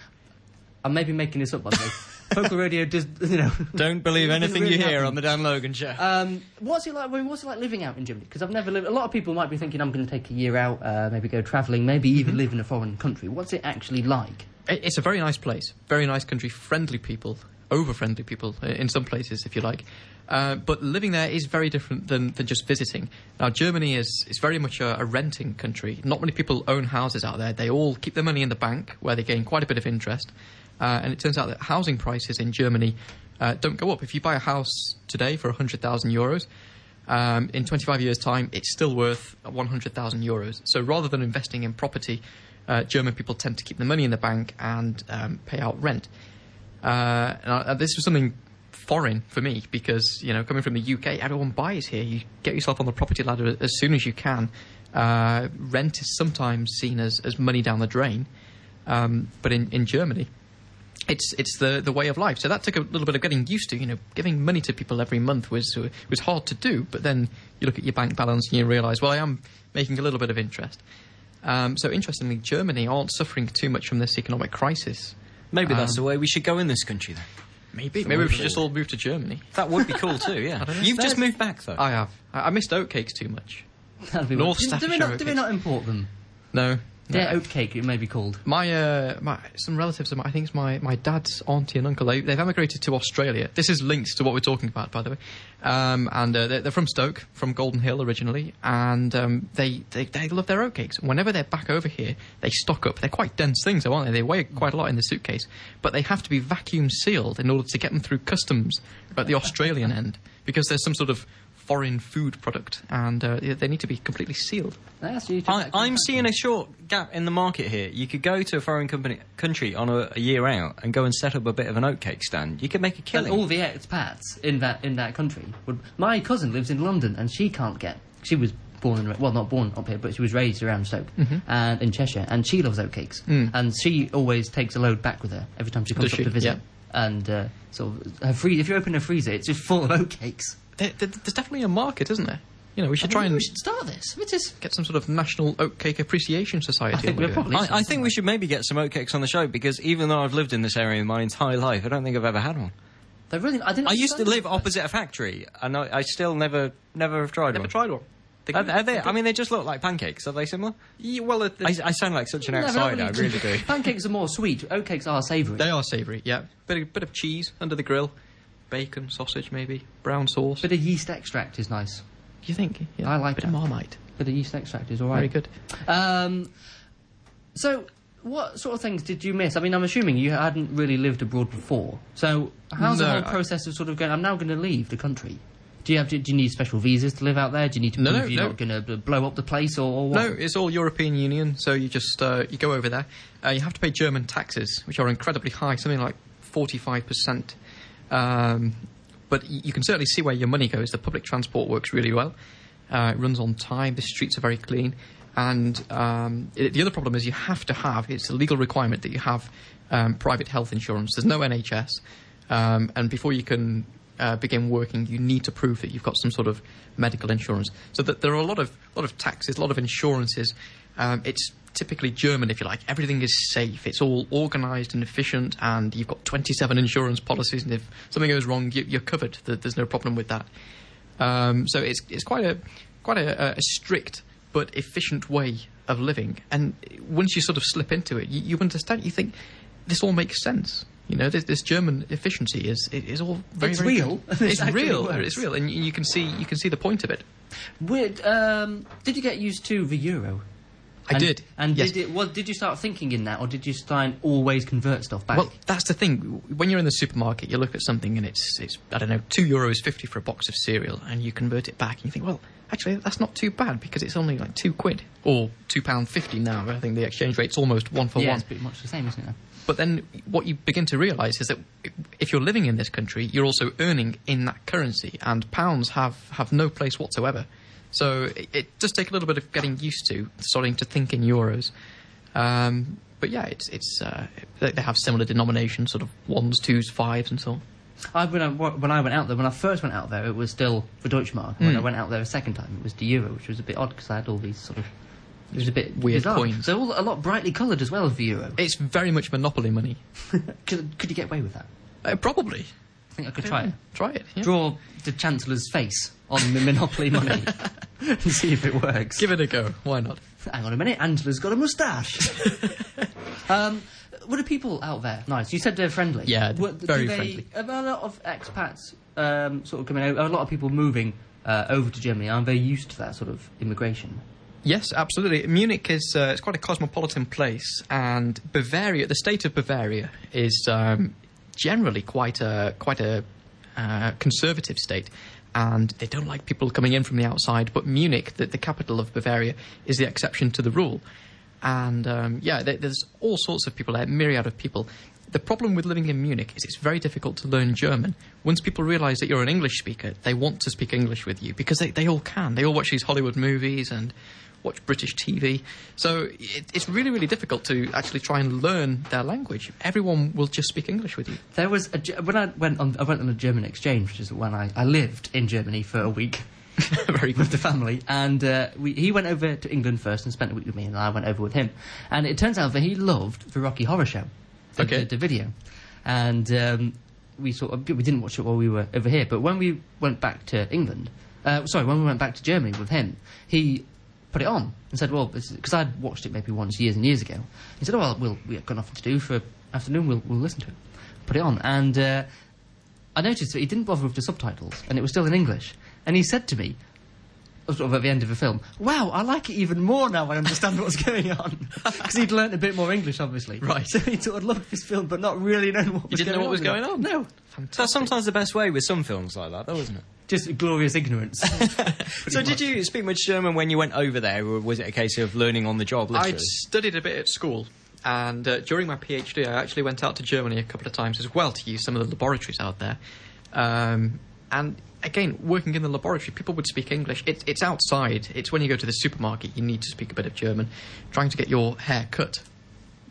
I may be making this up, by the way. [laughs] Local radio does, you know. [laughs] Don't believe It doesn't anything really you hear happen. on the Dan Logan show. Um, what's it like? I mean, what's it like living out in Germany? Because I've never lived. A lot of people might be thinking I'm going to take a year out, uh, maybe go travelling, maybe Mm-hmm. even live in a foreign country. What's it actually like? [laughs] It- It's a very nice place, very nice country, friendly people, over friendly people i- in some places, if you like. Uh, but living there is very different than, than just visiting. Now, Germany is, is very much a, a renting country. Not many people own houses out there. They all keep their money in the bank, where they gain quite a bit of interest. Uh, and it turns out that housing prices in Germany uh, don't go up. If you buy a house today for 100,000 euros, um, in 25 years' time, it's still worth 100,000 euros. So rather than investing in property, uh, German people tend to keep the money in the bank and um, pay out rent. Uh, and I, this was something foreign for me because, you know, coming from the UK, everyone buys here. You get yourself on the property ladder as soon as you can. Uh, rent is sometimes seen as, as money down the drain. Um, but in, in Germany, it's it's the the way of life. So that took a little bit of getting used to. You know, giving money to people every month was was hard to do. But then you look at your bank balance and you realise, well, I am making a little bit of interest. Um, so interestingly, Germany aren't suffering too much from this economic crisis. Maybe that's the way we should go in this country, then. Maybe maybe we should just all move to Germany. That would be cool too, [laughs] yeah. You've just moved back though. I have. I, I missed oatcakes too much. That'd be North do, we Staffordshire not, do we oatcakes. not import them? No. no. They're oatcake, it may be called. My, uh, my some relatives of my, I think it's my, my dad's auntie and uncle. They, they've emigrated to Australia. This is linked to what we're talking about, by the way. Um, and uh, they're, they're from Stoke, from Golden Hill originally, and um, they, they they love their oatcakes. And Whenever they're back over here, they stock up. They're quite dense things, though, aren't they? They weigh quite a lot in the suitcase, but they have to be vacuum sealed in order to get them through customs at the Australian end because there's some sort of foreign food product, and uh, they need to be completely sealed. That's you took I, that I'm back. seeing a short gap in the market here. You could go to a foreign company, country on a, a year out and go and set up a bit of an oatcake stand. You could make a And killing. all the expats in that in that country. Would, my cousin lives in London, and she can't get. She was born and ra- well, not born up here, but she was raised around Stoke Mm-hmm. and in Cheshire, and she loves oatcakes, Mm. and she always takes a load back with her every time she comes Does up she? to visit. Yeah. And uh, sort of her free, if you open her freezer, it's just full of oatcakes. There, there, there's definitely a market, isn't there? You know, we should try Maybe and we should start this. It is. get some sort of national oatcake appreciation society. I think on the we're go. probably. I, I think we should maybe get some oatcakes on the show because even though I've lived in this area my entire life, I don't think I've ever had one. They're really. I, didn't I used to understand live them. opposite a factory, and I, I still never, never have tried never one. tried one. They Are, could- are they? they I mean, they just look like pancakes. Are they similar? could- well, uh, I, I sound like such an No, they're not outsider. I really do. [laughs] Pancakes are more sweet. Oatcakes are savoury. they are savoury. Yeah, bit of, bit of cheese under the grill. bacon, sausage, maybe brown sauce. Bit of yeast extract is nice. you think? Yeah, I like bit that. of Marmite. Bit of yeast extract is all right. Very good. Um, so, what sort of things did you miss? I mean, I'm assuming you hadn't really lived abroad before. So, how's the No, whole I- process of sort of going? I'm now going to leave the country. Do you have? Do, you need special visas to live out there? Do you need to No, prove no, you're no. not going to blow up the place or, or what? No, it's all European Union. So you just uh, you go over there. Uh, you have to pay German taxes, which are incredibly high, something like forty-five percent. Um, but y- you can certainly see where your money goes. The public transport works really well. Uh, it runs on time. The streets are very clean. And um, i the other problem is you have to have it's a legal requirement that you have um, private health insurance. There's no NHS, um, and before you can uh, begin working, you need to prove that you've got some sort of medical insurance. So that there are a lot of lot of taxes, a lot of insurances. Um, it's typically German, if you like. Everything is safe. It's all organised and efficient, and you've got 27 insurance policies. And if something goes wrong, you, you're covered. There- There's no problem with that. Um, so it's it's quite a quite a, a strict but efficient way of living. And once you sort of slip into it, you, you understand. You think this all makes sense. You know, this, this German efficiency is it is all very, It's very real. [laughs] good. This It's actually real. works. It's real, and you you can see you can see the point of it. Weird, um, did you get used to the euro? I And- did. And yes. did it? Well, did you start thinking in that, or did you try and always convert stuff back? Well, that's the thing. When you're in the supermarket, you look at something and it's, it's I don't know, two euros fifty for a box of cereal, and you convert it back, and you think, well, actually, that's not too bad because it's only like two quid or two pound fifty now. I think the exchange rate's almost one for yeah, one. it's pretty much the same, isn't it? But then what you begin to realise is that if you're living in this country, you're also earning in that currency, and pounds have, have no place whatsoever. So it, it does take a little bit of getting used to starting to think in euros. Um, but yeah, it's it's uh, they they have similar denominations, sort of ones, twos, fives, and so on. I, when, I, when I went out there, when I first went out there, it was still the Deutschmark. When I went out there a second time, it was the euro, which was a bit odd because I had all these sort of. It was a bit Weird bizarre. coins. They're all a lot brightly coloured as well as the euro. It's very much monopoly money. could, could you get away with that? Uh, probably I think I could try it. try it. yeah. Draw the Chancellor's face on the Monopoly [laughs] money and see if it works. Give it a go. Why not? Hang on a minute, Angela's got a [laughs] moustache. um, what are people out there? Nice. You said they're friendly. Yeah, they're What- do very they- friendly. Are there a lot of expats um, sort of coming over? Are a lot of people moving uh, over to Germany? Aren't they used to that sort of immigration? Yes, absolutely. Munich is uh, it's quite a cosmopolitan place, and Bavaria, the state of Bavaria, is um, generally quite a quite a uh, conservative state, and they don't like people coming in from the outside. But Munich, the, the capital of Bavaria, is the exception to the rule, and um, yeah, there, there's all sorts of people there, myriad of people. The problem with living in Munich is it's very difficult to learn German. Once people realise that you're an English speaker, they want to speak English with you because they, they all can. They all watch these Hollywood movies and watch British TV. So it, it's really, really difficult to actually try and learn their language. Everyone will just speak English with you. There was a, Ge- when I went on I went on a German exchange, which is when I, I lived in Germany for a week. [laughs] Very with good. the family, and uh, we, he went over to England first and spent a week with me, and I went over with him. And it turns out that he loved the Rocky Horror Show, the, Okay. the, the video, and um, we sort of we didn't watch it while we were over here. But when we went back to England, uh, sorry, when we went back to Germany with him, he put it on and said, "Well, because I'd watched it maybe once years and years ago." He said, "Oh well, we'll we've got nothing to do for afternoon. We'll we'll listen to it." Put it on, and uh, I noticed that he didn't bother with the subtitles, and it was still in English. And he said to me, uh, sort of at the end of the film, wow, I like it even more now I understand what's [laughs] going on. Because he'd learnt a bit more English, obviously. Right. So he sort of loved this film, but not really knowing what was didn't going know what on. was with going it. on? No. That's sometimes the best way with some films like that, though, isn't it? Just glorious [laughs] ignorance. so, did you speak much German when you went over there, or was it a case of learning on the job? Literally, I'd studied a bit at school, and uh, during my PhD, I actually went out to Germany a couple of times as well to use some of the laboratories out there. Um, and again, working in the laboratory, people would speak English. It, it's outside. It's when you go to the supermarket, you need to speak a bit of German. Trying to get your hair cut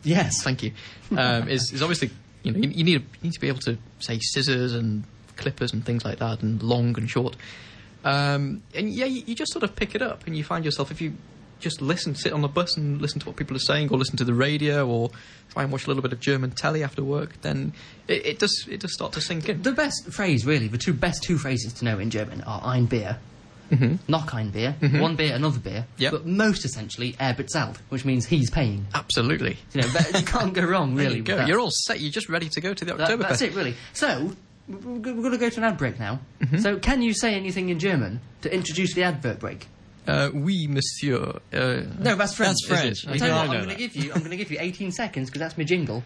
yes. thank you. Um, is, is obviously you know you, you need you need to be able to say scissors and clippers and things like that and long and short. Um, and yeah, you, you just sort of pick it up and you find yourself if you just listen, sit on the bus and listen to what people are saying, or listen to the radio, or try and watch a little bit of German telly after work. Then it, it does it does start to sink in. The best phrase, really, the two best two phrases to know in German are ein Bier. Noch ein Bier, one beer, another beer. Mm-hmm. Yep. But most essentially, er bezahlt, which means he's paying. Absolutely. You know, that- you can't go wrong, [laughs] There really. you with go. that. You're all set. You're just ready to go to the [laughs] That- Oktoberfest. that's it, really. So, we've got to go to an ad break now. Mm-hmm. So, can you say anything in German to introduce the advert break? Uh, oui, monsieur. Uh, No, that's French. That's French. I You tell you know, I what, know I'm going to that. give you. I'm going to give you 18 seconds because that's my jingle.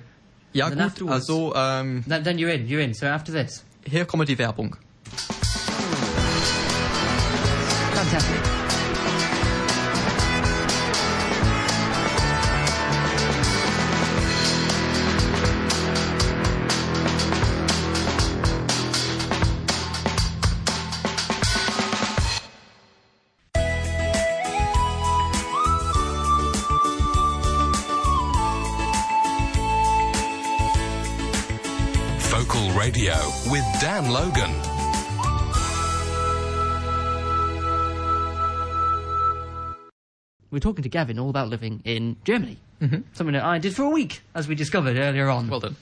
ja, then gut, afterwards- also, ähm, Then, then you're in. You're in. So after this, hier kommt die Werbung. fantastic. Focal Radio with Dan Logan. We're talking to Gavin all about living in Germany. Mm-hmm. Something that I did for a week, as we discovered earlier on. Well done.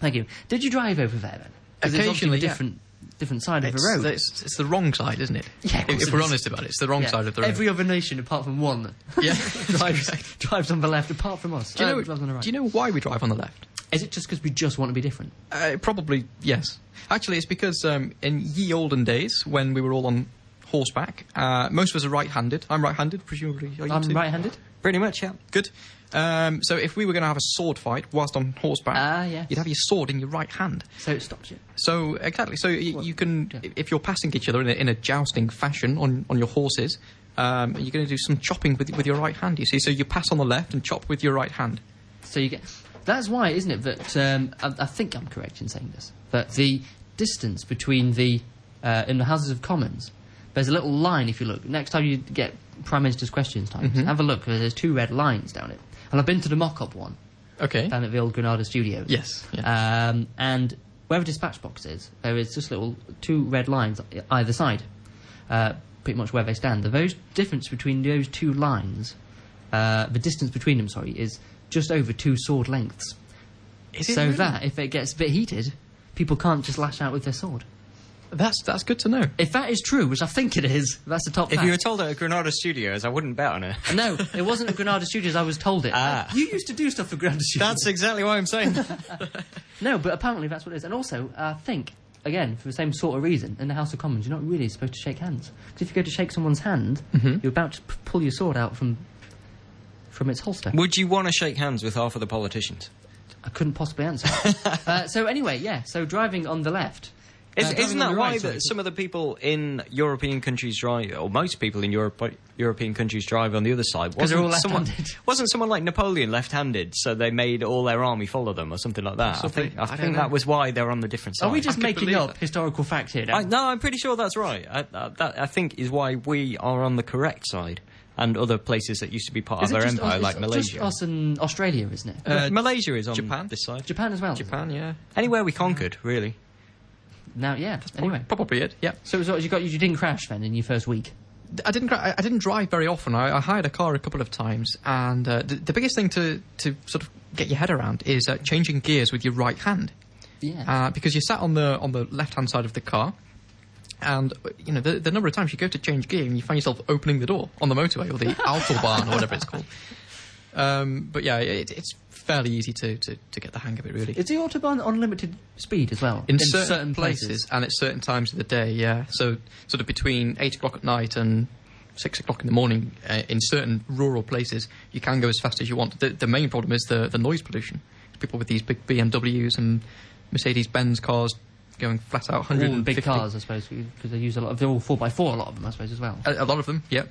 Thank you. Did you drive over there then? 'Cause it's obviously Occasionally, a yeah. different, different side of It's, the road. it's, it's the wrong side, isn't it? Yeah, of if, course if it we're is. honest about it, it's the wrong Yeah. side of the road. Every other nation apart from one yeah. [laughs] drives, Correct. drives on the left apart from us. do, you Uh, know, drives on the right. do you know why we drive on the left? Is it just because we just want to be different? Uh, probably yes. Actually, it's because um, in ye olden days, when we were all on horseback, uh, most of us are right-handed. I'm right-handed, presumably. Are you I'm too? right-handed. Pretty much, yeah. Good. Um, so if we were going to have a sword fight whilst on horseback, Ah, yes. you'd have your sword in your right hand. So it stops you. So exactly. So y- you can, yeah. if you're passing each other in a, in a jousting fashion on, on your horses, um, you're going to do some chopping with with your right hand. You see, so you pass on the left and chop with your right hand. So you get. That's why, isn't it? That um, I, I think I'm correct in saying this. That the distance between the uh, in the Houses of Commons, there's a little line. If you look next time you get Prime Minister's questions time, have a look. There's two red lines down it, and I've been to the mock-up one Okay. down at the old Granada Studios. Yes, yes. Um, and where the dispatch box is, there is just little two red lines e- either side, uh, pretty much where they stand. The those difference between those two lines, uh, the distance between them, sorry, is just over two sword lengths. Is it So really? that if it gets a bit heated, people can't just lash out with their sword. that's that's good to know. If that is true, which I think it is, that's the top. If fact. you were told at Granada Studios, I wouldn't bet on it. no, it wasn't at Granada Studios. I was told it. Ah. You used to do stuff for Granada Studios. [laughs] That's exactly why I'm saying that. No, but apparently that's what it is. And also, I think, again, for the same sort of reason, in the House of Commons, you're not really supposed to shake hands. Because if you go to shake someone's hand, you're about to p- pull your sword out from from its holster. [laughs] Would you want to shake hands with half of the politicians? I couldn't possibly answer. uh, so anyway, yeah. So driving on the left. uh, Is, driving isn't on that the why right, sorry. that some of the people in European countries drive, or most people in Europe, European countries drive on the other side? 'Cause they're Wasn't all someone- left-handed. [laughs] Wasn't someone like Napoleon left-handed, so they made all their army follow them, or something like that? I think, I I don't think know. that was why they're on the different side. Are we just could making believe up that. historical fact here? Now? I, no, I'm pretty sure that's right. I, I, that I think is why we are on the correct side, and other places that used to be part Is it of their just empire, us, like it's Malaysia. Just us and Australia, isn't it? Uh, Malaysia is on Japan? this side. Japan as well. Japan, yeah. Anywhere we conquered, really. Now, yeah. Anyway. Probably it. Yeah. So it was what you got. You didn't crash then in your first week. I didn't. gra- I I didn't drive very often. I, I hired a car a couple of times, and uh, the, the biggest thing to to sort of get your head around is uh, changing gears with your right hand, Yeah. uh, because you're sat on the on the left hand side of the car, and uh, you know the, the number of times you go to change gear and you find yourself opening the door on the motorway or the autobahn or whatever it's called. Um, but yeah, it, it's fairly easy to, to, to get the hang of it really. Is the autobahn on limited speed as well? in, certain, places, and at certain times of the day. Yeah, so sort of between eight o'clock at night and six o'clock in the morning, uh, in certain rural places, you can go as fast as you want. The, the main problem is the the noise pollution. People with these big BMWs and Mercedes Benz cars going flat out All hundred in and big cars, I suppose, because they use a lot of. They're all four by four, a lot of them, I suppose, as well. A, a lot of them, yep.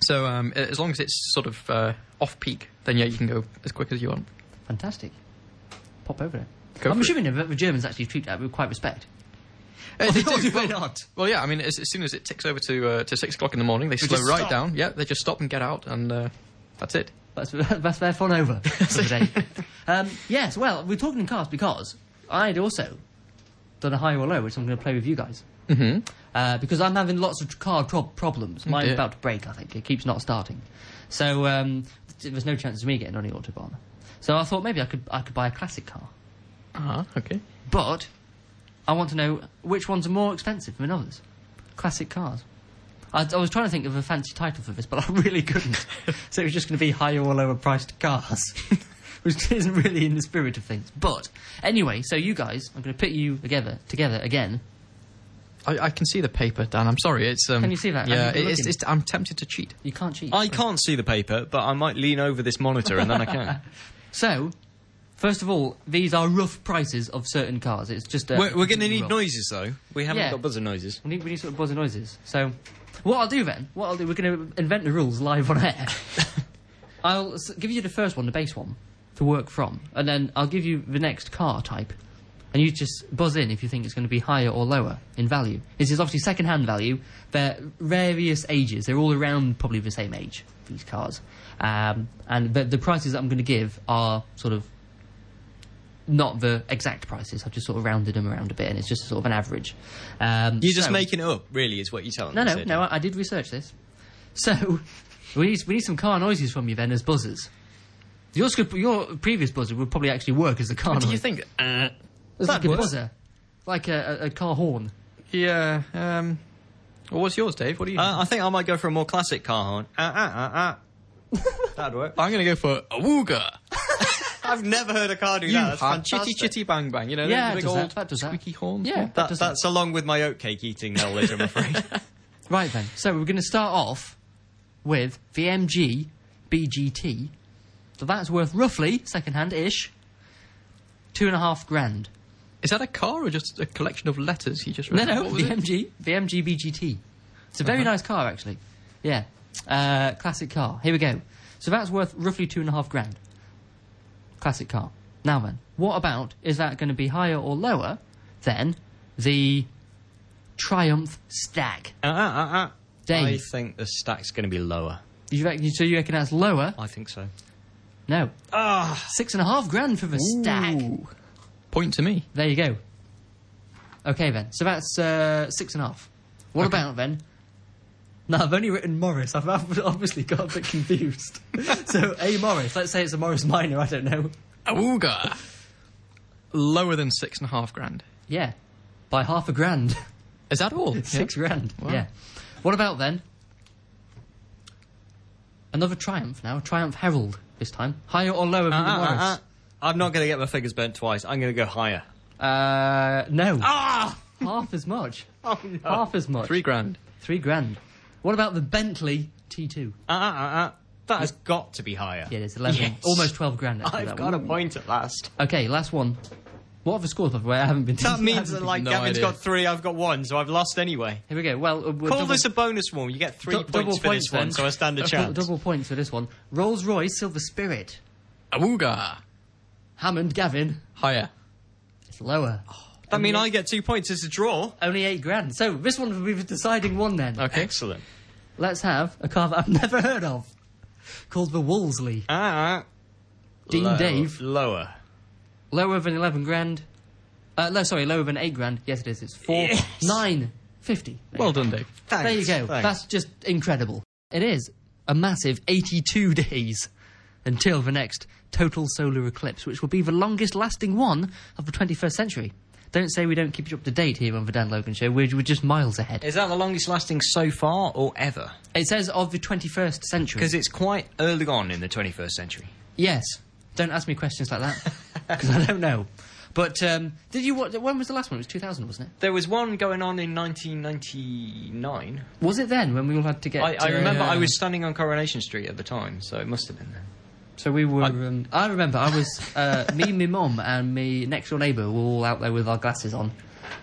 So um, a- as long as it's sort of uh, off peak, then yeah, you can go as quick as you want. Fantastic. Pop over there. Go I'm for it. assuming that the Germans actually treat that with quite respect. Uh, [laughs] they Or [laughs] they do. Well, not? well, yeah. I mean, as, as soon as it ticks over to uh, to six o'clock in the morning, they slow just right stop. down. Yeah, they just stop and get out, and uh, that's it. That's, that's their fun over for the day. [laughs] um, yes, well, we're talking in cars because I'd also done a high or low, which I'm going to play with you guys. Mm-hmm. Uh, because I'm having lots of car tro- problems. Mine's dear. about to break, I think. It keeps not starting. So um, th- there's no chance of me getting on the Autobahn. So I thought maybe I could, I could buy a classic car. Ah, okay. But I want to know which ones are more expensive than others. Classic cars. I, I was trying to think of a [laughs] [laughs] fancy title for this, but I really couldn't. so it was just going to be higher or lower priced cars. [laughs] which isn't really in the spirit of things. But anyway, so you guys, I'm going to put you together together again. I, I can see the paper, Dan. I'm sorry. It's um, Can you see that? Yeah, I'm it- it's, looking. it's, I'm tempted to cheat. You can't cheat. I can't see the paper, but I might lean over this monitor and then I [laughs] can. So, first of all, these are rough prices of certain cars. It's just uh, we're we're going to need rough. noises though. We haven't Yeah. got buzzer noises. We need, we need sort of buzzer noises. So, what I'll do then, what I'll do, we're going to invent the rules live on air. I'll s- give you the first one, the base one, to work from, and then I'll give you the next car type. And you just buzz in if you think it's going to be higher or lower in value. This is obviously second hand value. They're various ages. They're all around probably the same age, these cars. Um, and the, the prices that I'm going to give are sort of not the exact prices. I've just sort of rounded them around a bit, and it's just sort of an average. Um, You're just so- making it up, really, is what you're telling no, us. no, here, no. I, I did research this. So we need we need some car noises from you then as buzzers. Yours could, your previous buzzer would probably actually work as the car Do you noise. think? It's like that a works? buzzer, like a, a, a car horn. Yeah. Um, well, what's yours, Dave? What do you? Uh, I think I might go for a more classic car horn. Ah, ah, ah, [laughs] ah. That'd work. I'm going to go for a wooga. I've never heard a car do You that. That's have fantastic. chitty chitty bang bang. You know, the- Yeah, the it big does old that, that does that. squeaky horns. Yeah. That, does that's along with my oatcake eating knowledge, I'm [laughs] afraid. Right then. So we're going to start off with the MG BGT. So that's worth roughly second hand ish two and a half grand. Is that a car or just a collection of letters he just No, read? no, [laughs] What oh, the was it? Uh-huh. MG, the MG BGT. It's a very nice car, actually. Yeah, uh, classic car. Here we go. So that's worth roughly two and a half grand. Classic car. Now then, what about is that going to be higher or lower than the Triumph Stag? Ah, ah, ah, ah. I Dave. think the stack's going to be lower. You reckon, so you reckon that's lower? I think so. No, Ah, six and a half grand for the Stag. Ooh. Point to me. There you go. Okay then, so that's uh, six and a half. What about then? Now I've only written Morris. I've ob- obviously got a bit confused. so a Morris. Let's say it's a Morris minor. I don't know. A wooga. Lower than six and a half grand. Yeah, by half a grand, Is that all? six Yeah. grand. Wow. Yeah. What about then? Another Triumph now. Triumph Herald this time. Higher or lower than the ah, Morris? ah, ah. I'm not going to get my fingers burnt twice. I'm going to go higher. Uh, no. Ah! Half as much. Half as much. Three grand. Three grand. What about the Bentley T2? Ah, ah, ah, ah. That has got to be higher. Yeah, it's 11, Yes. almost 12 grand. actually, I've that got one. a point at last. Okay, last one. What are the scores, by the way? I haven't been [laughs] That means that, like, No Gavin's idea. got three, I've got one, so I've lost anyway. Here we go. Well, uh, we're Call double, this a bonus one. You get three du- points double for this one, then. so I stand a [laughs] Double- chance. Double points for this one. Rolls Royce Silver Spirit. A wooga. Hammond Gavin. Higher. It's lower. That mean I get two points. It's a draw. Only eight grand. So this one will be the deciding one then. Okay. Excellent. Let's have a car that I've [laughs] never heard of called the Wolseley. Ah, Dean low- Dave. Lower. Lower than 11 grand. Uh, no, sorry, lower than eight grand. Yes, it is. It's four, Yes. nine, fifty. There Well done, Dave. There you Thanks, go. thanks. That's just incredible. It is a massive 82 [laughs] days until the next total solar eclipse, which will be the longest lasting one of the 21st century. Don't say we don't keep you up to date here on the Dan Logan Show. We're, we're just miles ahead. Is that the longest lasting so far or ever? It says of the 21st century. Because it's quite early on in the 21st century. Yes. Don't ask me questions like [laughs] that because I don't know. But um, did you? What, when was the last one? It was 2000, wasn't it? There was one going on in 1999. Was it then when we all had to get? I, I uh, remember I was standing on Coronation Street at the time, so it must have been there. So we were. I, um, I remember I was uh, me, my mum, and my next door neighbour were all out there with our glasses on,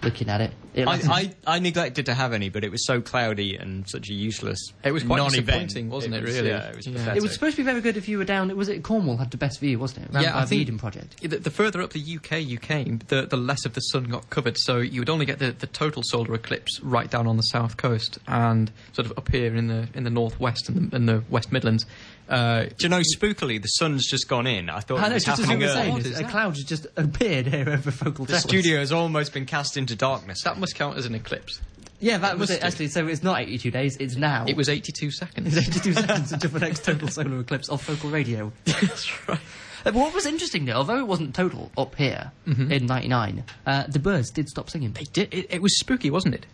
looking at it. It lasted- I, I, I neglected to have any, but it was so cloudy and such a useless. It was quite non-event. disappointing, wasn't it, was- really? Yeah, it was Yeah. pathetic. it was supposed to be very good if you were down. It was it Cornwall had the best view, wasn't it? Round Yeah, I by the think- Eden project. The, the further up the UK you came, the, the less of the sun got covered. So you would only get the, the total solar eclipse right down on the south coast and sort of up here in the in the northwest and the, in the West Midlands. Uh, Do you know, spookily, the sun's just gone in. I thought I it know, was it's just happening the early. same. What It's- is A that? cloud has just appeared here over Focal The studio has almost been cast into darkness. that must count as an eclipse. Yeah, that was must it. do. Actually, so it's not 82 days. It's now. [laughs] It was 82 seconds. 82 seconds until the next total solar eclipse of Focal Radio. [laughs] That's right. Uh, but what was interesting though, although it wasn't total Mm-hmm. up here in '99, uh, the birds did stop singing. It, did, it, it was spooky, wasn't it?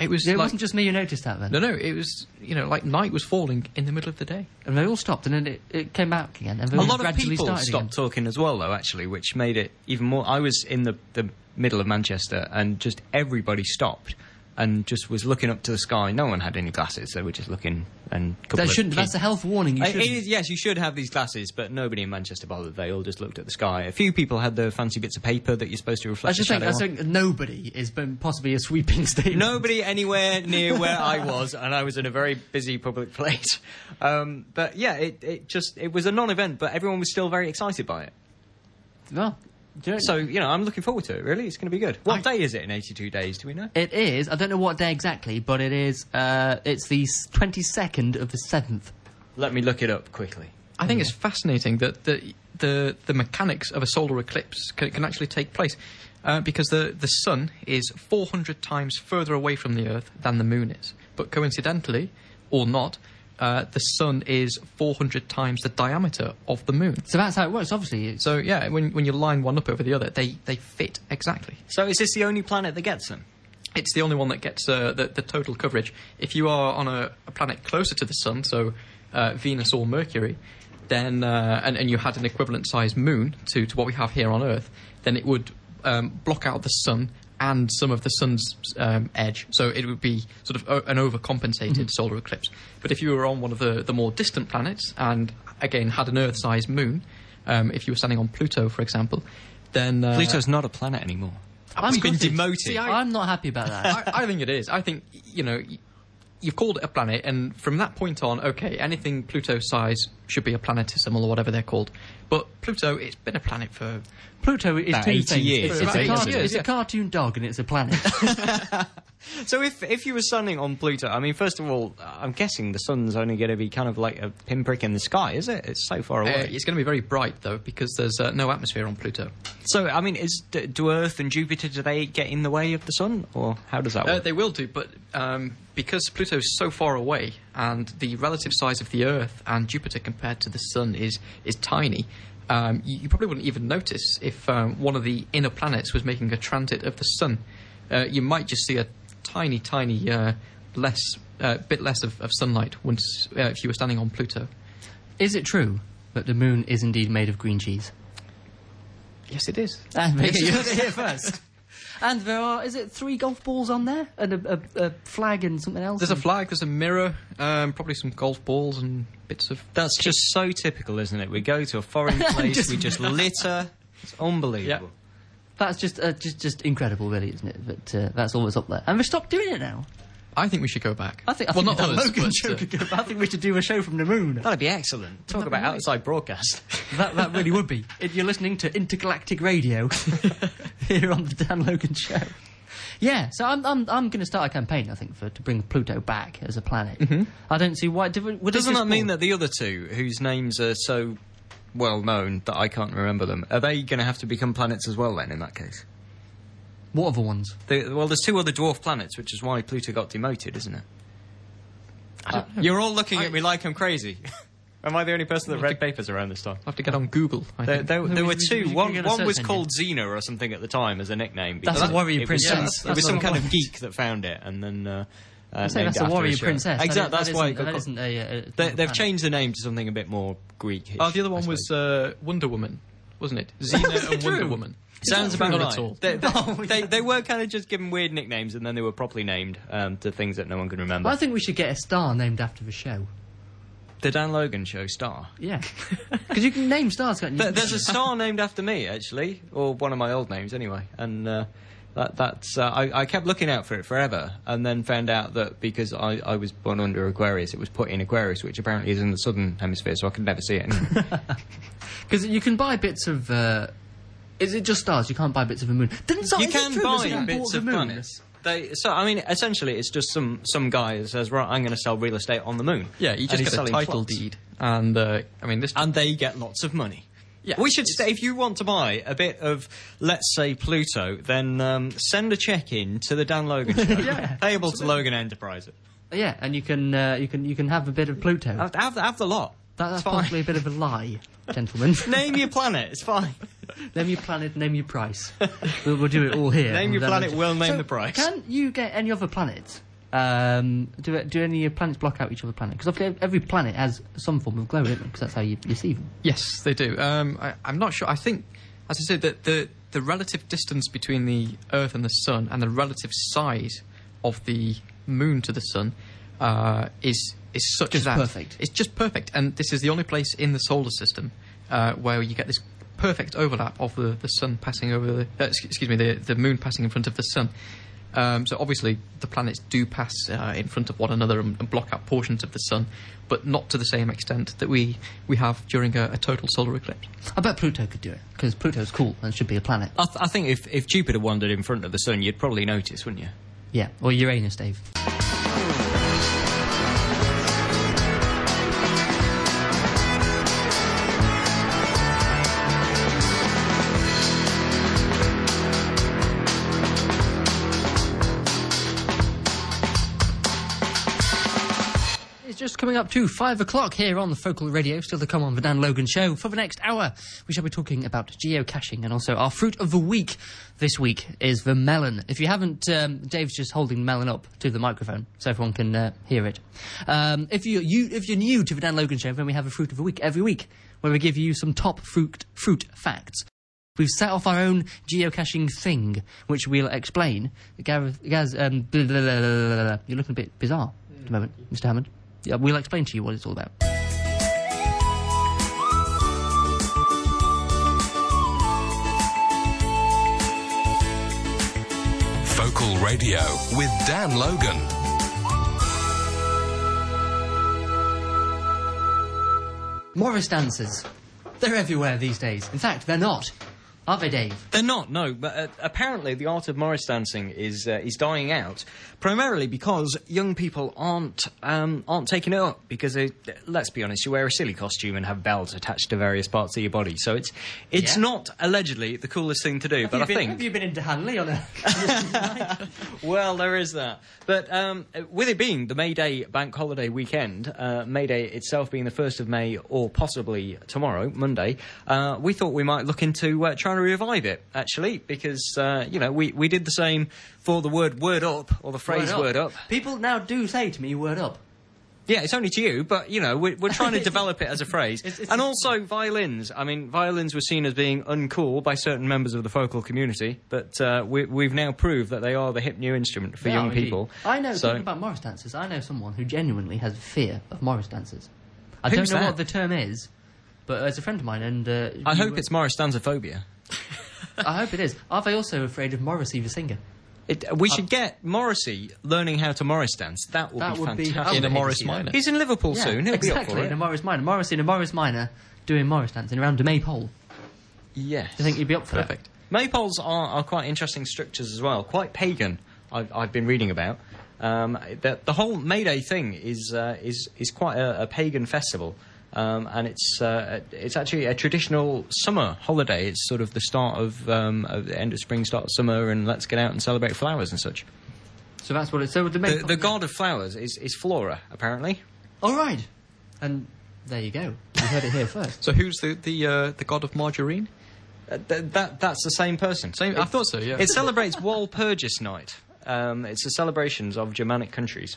It was It like, wasn't just me who noticed that then. no, no. It was you know like night was falling in the middle of the day. And they all stopped, and then it, it came back again. And they A all lot of gradually people started stopped again. talking as well, though, actually, which made it even more. I was in the, the middle of Manchester and just everybody stopped and just was looking up to the sky. No one had any glasses, they were just looking and. a couple That of shouldn't. kids- That's a health warning. You Uh, it shouldn't. is- yes, you should have these glasses, but nobody in Manchester bothered. They all just looked at the sky. A few people had the fancy bits of paper that you're supposed to I reflect the just think, shadow I on. think nobody is been possibly a sweeping [laughs] statement. Nobody anywhere near where I was, and I was in a very busy public place. Um, but yeah, it, it just it was a non-event, but everyone was still very excited by it. Well, do you know- So you know, I'm looking forward to it. Really, it's going to be good. What day is it in 82 days? Do we know? it is. I don't know what day exactly, but it is. Uh, it's the twenty second of the seventh. Let me look it up quickly. I think it's fascinating that the, the the mechanics of a solar eclipse can, can actually take place uh, because the the sun is 400 times further away from the Earth than the Moon is. But coincidentally, or not, uh, the sun is 400 times the diameter of the Moon. So that's how it works. Obviously, it's, So yeah, when when you line one up over the other, they they fit exactly. So is this the only planet that gets them? It's the only one that gets uh, the, the total coverage. If you are on a, a planet closer to the Sun, so uh, Venus or Mercury, then uh, and, and you had an equivalent size moon to, to what we have here on Earth, then it would um, block out the Sun and some of the Sun's um, edge. So it would be sort of o- an overcompensated Mm-hmm. solar eclipse. But if you were on one of the, the more distant planets and, again, had an Earth sized moon, um, if you were standing on Pluto, for example, then. Uh, Pluto's not a planet anymore. I'm been gutted. demoted. See, I, am not happy about [laughs] that. I, I think it is. I think y- you know, y- you've called it a planet, and from that point on, okay, anything Pluto size should be a planetesimal or whatever they're called. But Pluto, it's been a planet for Pluto is About two 80 things. years. It's, it's a About 80 cartoon, years, it's yeah. a cartoon dog, and it's a planet. [laughs] So if if you were standing on Pluto, I mean, first of all, I'm guessing the sun's only going to be kind of like a pinprick in the sky, is it? It's so far uh, away. it's going to be very bright though because there's uh, no atmosphere on Pluto. So, I mean, is d- do Earth and Jupiter do they get in the way of the Sun, or how does that Uh, work? they will do, but um, because Pluto's so far away and the relative size of the Earth and Jupiter compared to the Sun is is tiny, um, you, you probably wouldn't even notice if um, one of the inner planets was making a transit of the Sun. Uh, you might just see a tiny, tiny uh, less uh, bit less of, of sunlight once uh, if you were standing on Pluto. is it true that the moon is indeed made of green cheese? Yes, it is. And [laughs] first. Ah, And there are, is it three golf balls on there? And a, a, a flag and something else? There's a And- flag. There's a mirror. Um, probably some golf balls and bits of. That's just so typical, isn't it? We go to a [laughs] foreign place, we just litter. It's unbelievable. That's just, uh, just just incredible, really, isn't it? But uh, that's all that's up there. And we stopped doing it now. I think we should go back. I think, I well, think not that us, Logan but, show uh, could go- I think we should do a show from the moon. That'd be excellent. Talk about outside [laughs] broadcast. That, that really would be. If you're listening to Intergalactic Radio [laughs] here on the Dan Logan Show. Yeah, so I'm I'm I'm going to start a campaign. I think for to bring Pluto back as a planet. Mm-hmm. I don't see why. Did, would it Doesn't just that mean call- that the other two, whose names are so well known that I can't remember them, are they going to have to become planets as well? Then, in that case, what other ones? the, well, there's two other dwarf planets, which is why Pluto got demoted, isn't it? Uh, you're all looking at me like I'm crazy. Am I the only person that read papers around this time? I'll have to get on Google. I There, think. there, there we should- were we two. should One, get a one was search called Xena or something at the time as a nickname. That's because a warrior it was some- princess. it was That's some not kind a- of geek that found it, and then. Uh, uh, I say named that's it a after warrior show. princess. That Exactly. is- that that's why it isn't- got that called- isn't a, uh, a- They, a they've planet. changed the name to something a bit more Greek. Oh, the other one was uh, Wonder Woman, wasn't [laughs] it? Xena and Wonder Woman. Sounds about Not right. at all. [laughs] They, they, Oh, they, they were kind of just given weird nicknames, and then they were properly named um, to things that no one can remember. I think we should get a star named after the show. the Dan Logan Show star. [laughs] Yeah, because you can name stars. Can't you? Th- There's [laughs] a star named after me, actually, or one of my old names, anyway. And uh, that, that's uh, I, I kept looking out for it forever, and then found out that because I, I was born under Aquarius, it was put in Aquarius, which apparently is in the southern hemisphere, so I could never see [laughs] it. anyway. Because you can buy bits of. Uh, is it just stars? You can't buy bits of the moon. Didn't you someone can buy bits of planets. They, so I mean, essentially, it's just some some guy that says, "Right, I'm going to sell real estate on the moon." Yeah, you And just he's get a selling title plots. deed, and uh, I mean this. and they get lots of money. Yeah, we should. it's- St- if you want to buy a bit of, let's say Pluto, then um, send a check in to the Dan [laughs] Logan Show, payable to Logan Enterprises. Yeah, and you can uh, you can you can have a bit of Pluto. Have, have, have the lot. That, that's fine. probably a bit of a lie, gentlemen. [laughs] Name your planet. It's fine. Name your planet, name your price. we'll, we'll do it all here. Name on your Dan planet, Login. we'll name So, the price. Can you get any other planets? Um, do do any planets block out each other planet? Because every planet has some form of glow, don't Because that's how you, you see them. Yes, they do. Um, I, I'm not sure. I think, as I said, that the the relative distance between the Earth and the Sun and the relative size of the Moon to the Sun uh, is is such Just that perfect. It's just perfect, and this is the only place in the solar system uh, where you get this perfect overlap of the, the Sun passing over the uh, excu- excuse me the the Moon passing in front of the Sun. Um, so obviously the planets do pass uh, in front of one another and, and block out portions of the sun, but not to the same extent that we, we have during a, a total solar eclipse. I bet Pluto could do it because Pluto's cool and should be a planet. I, th- I think if, if Jupiter wandered in front of the sun, you'd probably notice, wouldn't you? Yeah, or Uranus, Dave. It's just coming up to five o'clock here on the Focal Radio, still to come on the Dan Logan Show. For the next hour, we shall be talking about geocaching and also our fruit of the week this week is the melon. If you haven't, um, Dave's just holding melon up to the microphone so everyone can uh, hear it. Um, if, you're, you, if you're new to the Dan Logan Show, then we have a fruit of the week every week where we give you some top fruit, fruit facts. We've set off our own geocaching thing, which we'll explain. Gareth, Gaz, um, blah, blah, blah, blah, blah, blah. you're looking a bit bizarre at the moment, Mr. Hammond. Yeah, we'll explain to you what it's all about. Focal Radio with Dan Logan. Morris dancers. They're everywhere these days. In fact, they're not. Are they, Dave? They're not, no. But uh, apparently, the art of Morris dancing is uh, is dying out, primarily because young people aren't um, aren't taking it up. Because they, let's be honest, you wear a silly costume and have bells attached to various parts of your body, so it's it's Yeah. not allegedly the coolest thing to do. but I think you been into Hanley on [laughs] a... Well, there is that. But um, with it being the May Day bank holiday weekend, uh, May Day itself being the 1st of May or possibly tomorrow, Monday, uh, we thought we might look into uh, trying to revive it, actually, because, uh, you know, we, we did the same for the word word up or the phrase word up. People now do say to me, word up. Yeah, it's only to you, but you know we're, we're [laughs] trying to develop it as a phrase. It's- it's- and also violins. I mean, violins were seen as being uncool by certain members of the focal community, but uh, we, we've now proved that they are the hip new instrument for They young are indeed. people. I know, So- talking about Morris dancers, I know someone who genuinely has fear of Morris dancers. I Who's don't know that? what the term is, but it's a friend of mine and... Uh, I you hope were- it's Morris Danzophobia. I hope it is. Are they also afraid of Morrissey the singer? It, we should get Morrissey learning how to Morris dance. Uh, That would That be would be- fantastic. I In would a hate to Morris see that. minor. He's in Liverpool soon. He'll exactly, be up in for a it. Morris minor. Morrissey in a Morris minor doing Morris dancing around a maypole. Yes. Do you think he'd be up for that? Perfect. Maypoles are, are quite interesting structures as well, quite pagan. I've, I've been reading about. Um, the, the whole May Day thing is uh, is is quite a, a pagan festival, um, and it's uh, it's actually a traditional summer holiday. It's sort of the start of, um, of the end of spring, start of summer, and let's get out and celebrate flowers and such. So that's what it's... So the, The, maypole, the god of flowers is, is Flora, apparently. All right. And there you go. You heard it here [laughs] first. So who's the the, uh, the god of margarine? Uh, th- that that's the same person. Same, I thought so. Yeah. It celebrates Walpurgis Night. Um, it's the celebrations of Germanic countries.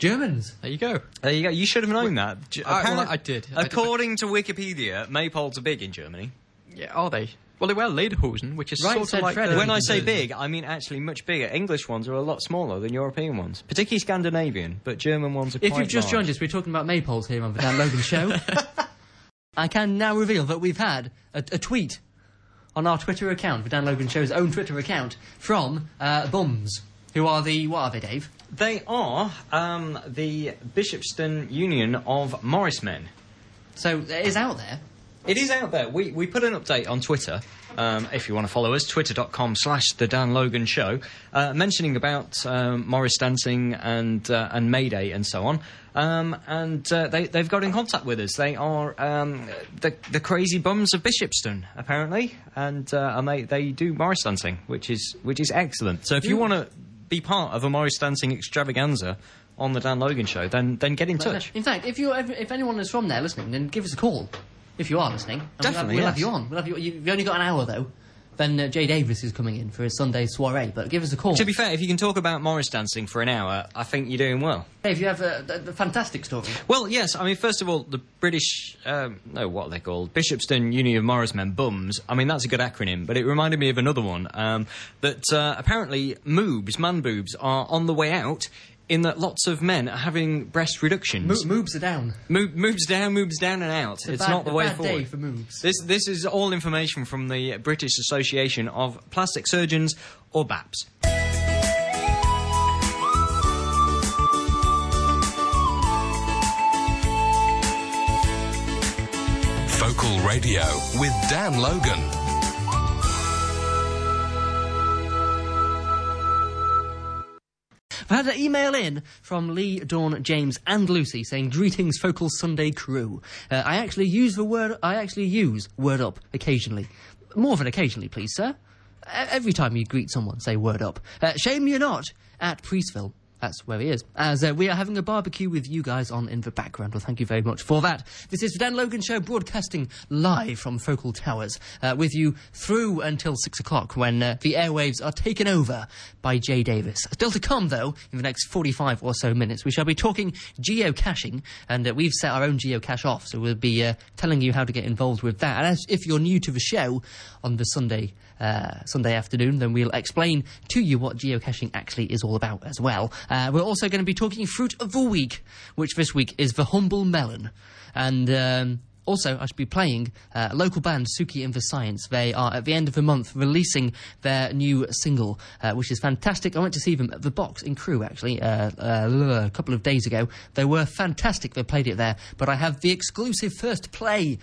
Germans. there you go. There you go. You should have known that. G- I- well, apparent- I did. I did, but- According to Wikipedia, maypoles are big in Germany. Yeah, are they? Well, they wear lederhosen, which is Right, sort said of like Fred. the- When I say the- big, I mean actually much bigger. English ones are a lot smaller than European ones, particularly Scandinavian, but German ones are If quite you've just large. joined us, we're talking about maypoles here on the Dan Logan [laughs] Show. I can now reveal that we've had a, a tweet on our Twitter account, the Dan Logan Show's own Twitter account, from uh, Bums, who are the... What are they, Dave? They are um, the Bishopston Union of Morris Men. So it is out there. It is out there. We, we put an update on Twitter. Um, if you want to follow us, twitter.com slash The Dan Logan Show, uh, mentioning about um, Morris Dancing and, uh, and Mayday and so on. Um, and uh, they, they've got in contact with us. They are um, the, the crazy bums of Bishopston, apparently. And, uh, and they, they do Morris Dancing, which is, which is excellent. So if you want to be part of a Morris Dancing extravaganza, on the Dan Logan show, then then get in touch. In fact, if you if, if anyone is from there listening, then give us a call. If you are listening, And Definitely, we'll, have, yes. we'll have you on. We'll have you. you- You've only got an hour though. Then uh, Jay Davis is coming in for his Sunday soiree, but give us a call. To be fair, if you can talk about Morris dancing for an hour, I think you're doing well. Hey, if you have a, a, a fantastic story, Well, yes. I mean, first of all, the British, um, no, what are they called? Bishopston Union of Morrismen Bums. I mean, that's a good acronym, but it reminded me of another one um, that uh, apparently moobs, man boobs, are on the way out. In that lots of men are having breast Mo- reductions. moobs are down. Mo- moobs down, moobs down and out. It's, bad- not the a way bad forward. day for moobs. This this is all information from the British Association of Plastic Surgeons, or BAPS. Focal Radio with Dan Logan. I've had an email in from Lee, Dawn, James, and Lucy saying, "Greetings, Focal Sunday crew. Uh, I actually use the word. I actually use word up occasionally, more than occasionally, please, sir. E- every time you greet someone, say word up. Uh, shame you're not at Priestville. That's where he is. As uh, we are having a barbecue with you guys on in the background. Well, thank you very much for that. This is the Dan Logan Show broadcasting live from Focal Towers uh, with you through until six o'clock when uh, the airwaves are taken over by Jay Davis. Still to come, though, in the next 45 or so minutes, we shall be talking geocaching, and uh, we've set our own geocache off, so we'll be uh, telling you how to get involved with that. And as, if you're new to the show on the Sunday uh, Sunday afternoon, then we'll explain to you what geocaching actually is all about as well. Uh, we're also going to be talking fruit of the week, which this week is the humble melon. And um, also, I should be playing uh, local band Suki and the Science. They are at the end of the month releasing their new single, uh, which is fantastic. I went to see them at the Box in Crewe actually uh, uh, a couple of days ago. They were fantastic. They played it there, but I have the exclusive first play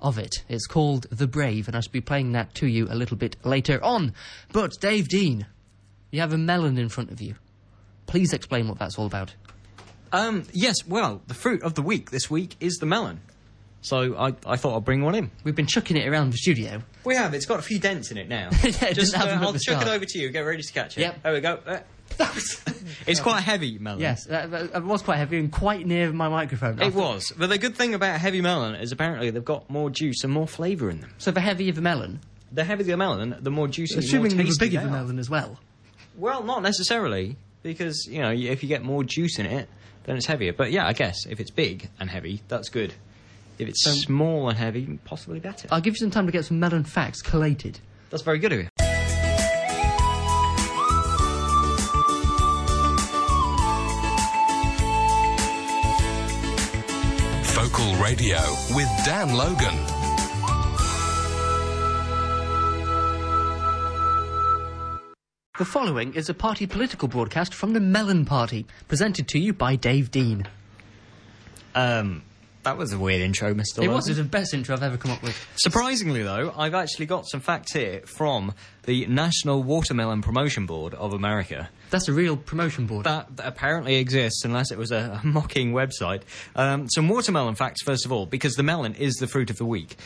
of it. It's called The Brave, and I shall be playing that to you a little bit later on. But, Dave Dean, you have a melon in front of you. Please explain what that's all about. Um, yes, well, the fruit of the week this week is the melon. So I, I thought I'd bring one in. We've been chucking it around the studio. We have. It's got a few dents in it [laughs] now. it Just doesn't have uh, them at I'll the chuck start. it over to you. Get ready to catch it. Yep. There we go. [laughs] Uh, it's quite heavy melon. Yes, uh, that, that that was quite heavy and quite near my microphone. I It thought- was. But the good thing about heavy melon is apparently they've got more juice and more flavour in them. So the heavier the melon, The heavier the melon, the more juicy assuming and more the tasty bigger they the are. melon as well. Well, not necessarily, because you know y- if you get more juice in it, then it's heavier. But yeah, I guess if it's big and heavy, that's good. If it's small and heavy, possibly better. I'll give you some time to get some melon facts collated. that's very good of you. Focal Radio with Dan Logan. The following is a party political broadcast from the Melon Party, presented to you by Dave Dean. Um, that was a weird intro, Mister. It was the best intro I've ever come up with. Surprisingly, though, I've actually got some facts here from the National Watermelon Promotion Board of America. That's a real promotion board. that that apparently exists, unless it was a a mocking website. Um, some watermelon facts, first of all, because the melon is the fruit of the week.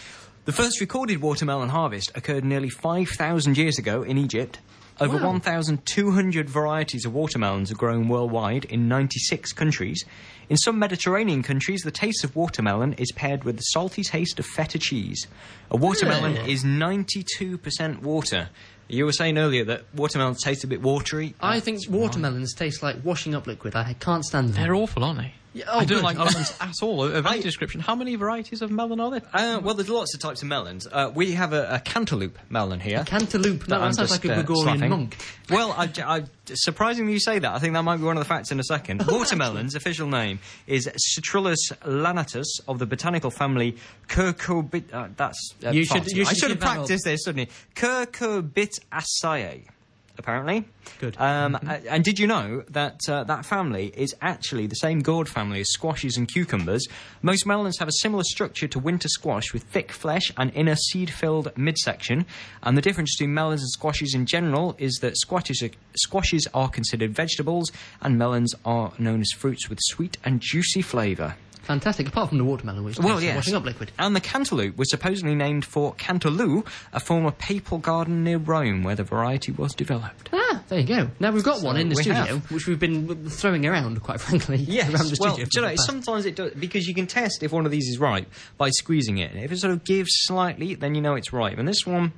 The first recorded watermelon harvest occurred nearly 5,000 years ago in Egypt. Over Wow. 1,200 varieties of watermelons are grown worldwide in 96 countries. In some Mediterranean countries, the taste of watermelon is paired with the salty taste of feta cheese. A watermelon Yeah. is 92% water. You were saying earlier that watermelons taste a bit watery. I think watermelons taste like washing up liquid. I can't stand them. They're awful, aren't they? Yeah, oh, I don't good. [laughs] like melons at all. Of any description, how many varieties of melon are there? Uh, well, there's lots of types of melons. Uh, we have a, a cantaloupe melon here. Cantaloupe. No, I'm that sounds just, like a uh, Gregorian slapping. monk. Well, I, I, surprisingly you say that. I think that might be one of the facts in [laughs] a second. Oh, Watermelon's official name is Citrullus lanatus of the botanical family Curcubit. Uh, that's uh, You should- farting. you I should should have give that up. practiced this, shouldn't I? Curcubitaceae. Apparently, Good. Um, a- And did you know that uh, that family is actually the same gourd family as squashes and cucumbers? Most melons have a similar structure to winter squash, with thick flesh and inner seed-filled midsection. And the difference between melons and squashes in general is that squashes are, squashes are considered vegetables, and melons are known as fruits with sweet and juicy flavour. Fantastic. Apart from the watermelon, which Well, tastes like yes. Ah. washing up liquid. And the cantaloupe was supposedly named for Cantalou, a former papal garden near Rome where the variety was developed. Ah, There you go. Now we've got So one in the we studio, have. which we've been throwing around, quite frankly. [laughs] Yes, around the well, studio. do you for know, the past- sometimes it does because you can test if one of these is right by squeezing it. If it sort of gives slightly, then you know it's right. And this one,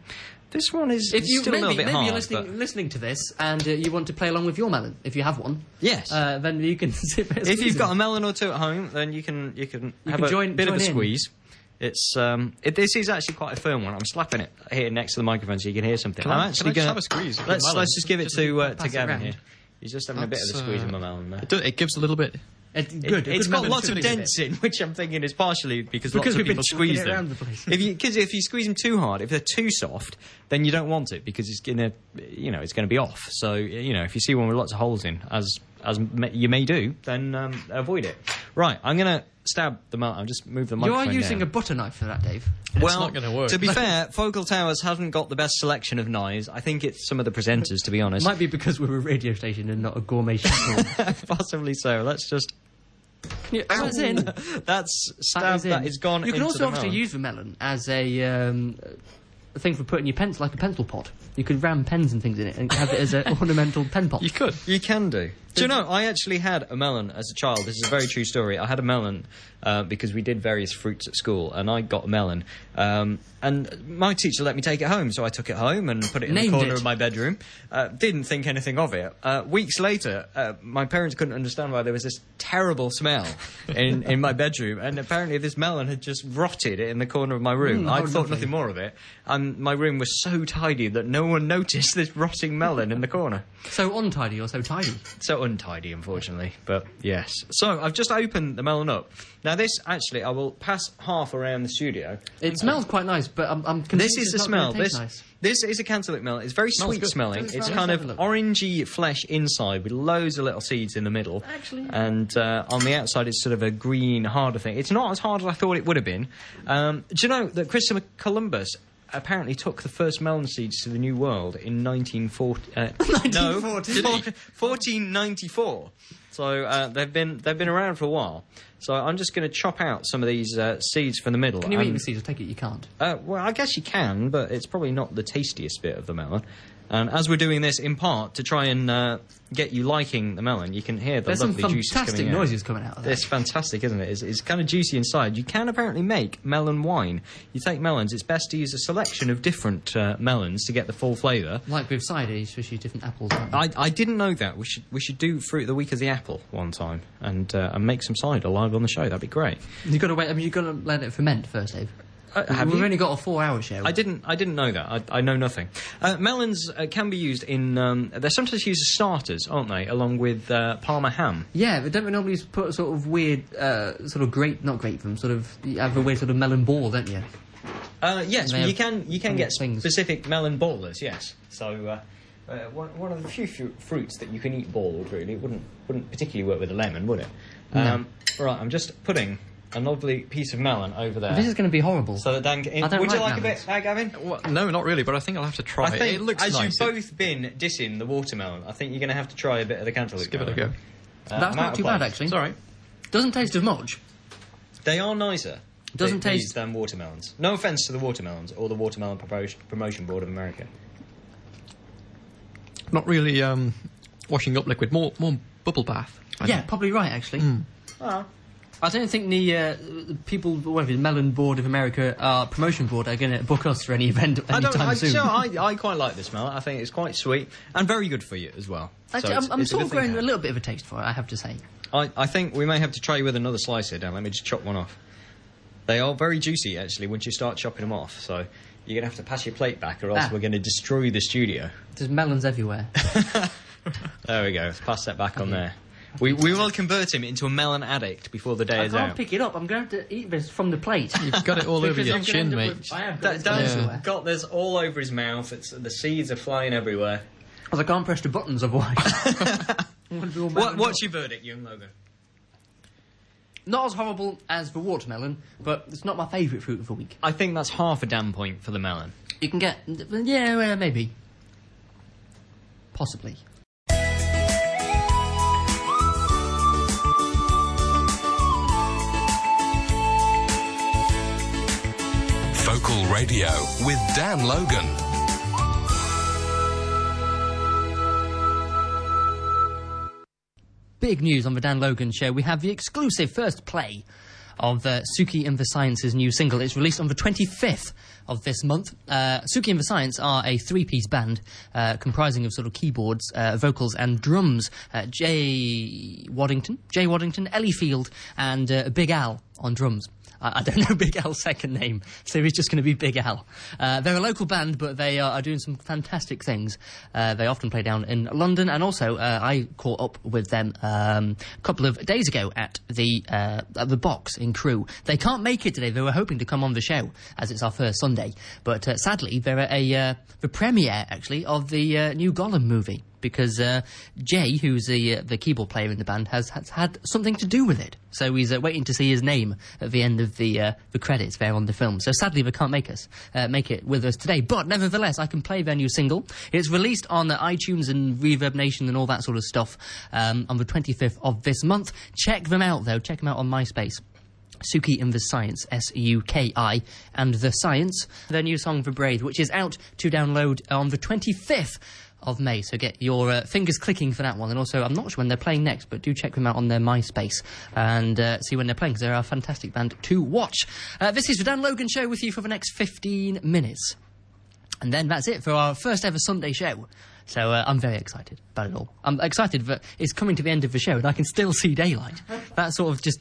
this one is if you still maybe, a little bit maybe hard. you're listening, but- listening to this and uh, you want to play along with your melon, if you have one, yes, uh, then you can. [laughs] [laughs] if you've got a melon or two at home, then you can you can have can a join- bit of join a in. squeeze. It's um, it, this is actually quite a firm one. I'm slapping it here next to the microphone so you can hear something. I- I'm can actually I just gonna have a squeeze of the Let's melon? let's just give it Just to uh, pass to it Gavin round. here. He's just having a bit of That's, a squeeze uh, of my melon there. It, do- it gives a little bit. It, It- good. a it's good got melon lots of to begin with. densing, which I'm thinking is partially because, Because lots we've of been people chucking squeeze it them. around the place. If you because if you squeeze them too hard, if they're too soft, then you don't want it because it's gonna, you know, it's gonna be off. So you know, if you see one with lots of holes in, as as ma- you may do, then um, avoid it. Right, I'm gonna stab the mount. I'll just move the You microphone. are using a down. butter knife for that, Dave. well, not gonna work. [laughs] To be fair, Focal Towers hasn't got the best selection of knives. I think it's some of the presenters, to be [laughs] honest. Might be because we're a radio station and not a gourmet chef. [laughs] Possibly so. Let's just. Yeah, that's in. That [laughs] That's stabbed. in. That is gone. You can into also the obviously mount. use the melon as a, um, a thing for putting your pens, like a pencil pod. You could ram pens and things in it and have it as [laughs] an ornamental pen pot. You could. You can do. Do you know? I actually had a melon as a child. This is a very true story. I had a melon uh, because we did various fruits at school, and I got a melon. Um, and my teacher let me take it home, so I took it home and put it in Named the corner it. of my bedroom. Uh, didn't think anything of it. Uh, weeks later, uh, my parents couldn't understand why there was this terrible smell [laughs] in, in my bedroom, and apparently this melon had just rotted in the corner of my room. Mm, I how thought lovely. nothing more of it, and my room was so tidy that no one noticed this rotting melon in the corner. So untidy or so tidy. So untidy, unfortunately, but yes. So I've just opened the melon up. Now this actually, I will pass half around the studio. It smells quite nice, but I'm, I'm convinced This is it's the not smell. gonna taste This Nice. this is a cantaloupe melon. It's very sweet good. smelling. Doesn't It's smell kind nice, of have a look. orangey flesh inside with loads of little seeds in the middle. Actually- and uh, on the outside it's sort of a green, harder thing. It's not as hard as I thought it would have been. Um, do you know that Christopher Columbus? Apparently took the first melon seeds to the New World in 1940. [laughs] Uh, no, 1940. 1494. So uh, they've been they've been around for a while. So I'm just going to chop out some of these uh, seeds from the middle. Can you eat and- the seeds? I take it you can't. uh, well, I guess you can, but it's probably not the tastiest bit of the melon. And as we're doing this in part to try and uh, get you liking the melon, you can hear the There's some lovely juices fantastic coming out. noises coming out of that. It's fantastic, isn't it? It's, it's kind of juicy inside. You can apparently make melon wine. You take melons. It's best to use a selection of different uh, melons to get the full flavour. Like with cider, you just use different apples. aren't you? I, I didn't know that. We should we should do fruit of the week as the apple one time and uh, and make some cider live on the show. That'd be great. You've got to wait. I mean, you've got to let it ferment first, Dave. Uh, have We've you? only got a four-hour show. I didn't. I didn't know that. I, I know nothing. Uh, melons uh, can be used in. Um, they're sometimes used as starters, aren't they? Along with uh, Parma ham. Yeah, but don't we normally put a sort of weird, uh, sort of grape, not grape them, sort of, you have a weird sort of melon ball, don't you? Uh, yes, They well, have you can. You can get things. specific melon ballers. Yes. So. Uh, uh, one, one of the few fru- fruits that you can eat boiled, really, It wouldn't wouldn't particularly work with a lemon, would it? Um, right, I'm just putting a lovely piece of melon over there, This is going to be horrible. so that Dan. Can, I don't would you like like melons. a bit, eh, Gavin? Well, no, not really. But I think I'll have to try. I think it looks as nice. you've It- both been dissing the watermelon, I think you're going to have to try a bit of the cantaloupe. give it a go. melon. Uh, That's I'm out not of too bad, place. actually. It's all right. Doesn't taste of much. They are nicer. Doesn't th- these taste- than watermelons. No offense to the watermelons or the Watermelon Propos- Promotion Board of America. Not really um, washing up liquid. More more bubble bath. I yeah, think. probably right, actually. Ah. I don't think the uh, the people, whatever, the Melon Board of America, uh, promotion board, are going to book us for any event I anytime don't. I, soon. [laughs] so I, I quite like this smell. I think it's quite sweet and very good for you as well. Actually, So it's- I'm, I'm it's a sort good of thing growing to a have. little bit of a taste for it, I have to say. I, I think we may have to try you with another slice here, Dan. Let me just chop one off. They are very juicy, actually, once you start chopping them off. So you're going to have to pass your plate back, or else Ah. we're going to destroy the studio. There's melons everywhere. There we go. Let's pass that back on there. We, we will convert him into a melon addict before the day I is can't out. pick it up. I'm going to have to eat this from the plate. You've got it all over Because your I'm gonna chin, end up mate. with- I have Da- got Dan's yeah. got this all over his mouth. It's the seeds are flying everywhere. I can't press the buttons otherwise. [laughs] I'm gonna be all What, melon what's your verdict, young Logan? Not as horrible as the watermelon, but it's not my favourite fruit of the week. I think that's half a damn point for the melon. You can get, yeah, well, maybe, possibly. Focal Radio with Dan Logan. big news on the Dan Logan show. We have the exclusive first play of uh, Suki and the Science's new single. It's released on the 25th of this month. Uh, Suki and the Science are a three piece band uh, comprising of sort of keyboards, uh, vocals, and drums. Uh, Jay Waddington, Jay Waddington, Ellie Field, and uh, Big Al on drums. I I don't [laughs] know Big Al's second name, so he's just going to be Big Al. Uh, they're a local band, but they are, are doing some fantastic things. Uh, they often play down in London, and also uh, I caught up with them um, a couple of days ago at the uh, at the Box in Crewe. They can't make it today. They were hoping to come on the show as it's our first Sunday, but uh, sadly they're at a uh, the premiere actually of the uh, new Gollum movie because uh, Jay, who's the uh, the keyboard player in the band, has, has had something to do with it. So he's uh, waiting to see his name at the end of the uh, the credits there on the film. So sadly, they can't make us uh, make it with us today. But nevertheless, I can play their new single. It's released on uh, iTunes and Reverb Nation and all that sort of stuff um, on the 25th of this month. Check them out though. Check them out on MySpace. Suki and the Science, S U K I, and The Science, their new song for Braid, which is out to download on the 25th of May. So get your uh, fingers clicking for that one. And also, I'm not sure when they're playing next, but do check them out on their MySpace and uh, see when they're playing, because they're a fantastic band to watch. Uh, this is the Dan Logan Show with you for the next 15 minutes. And then that's it for our first ever Sunday show. So uh, I'm very excited about it all. I'm excited that it's coming to the end of the show and I can still see daylight. That sort of just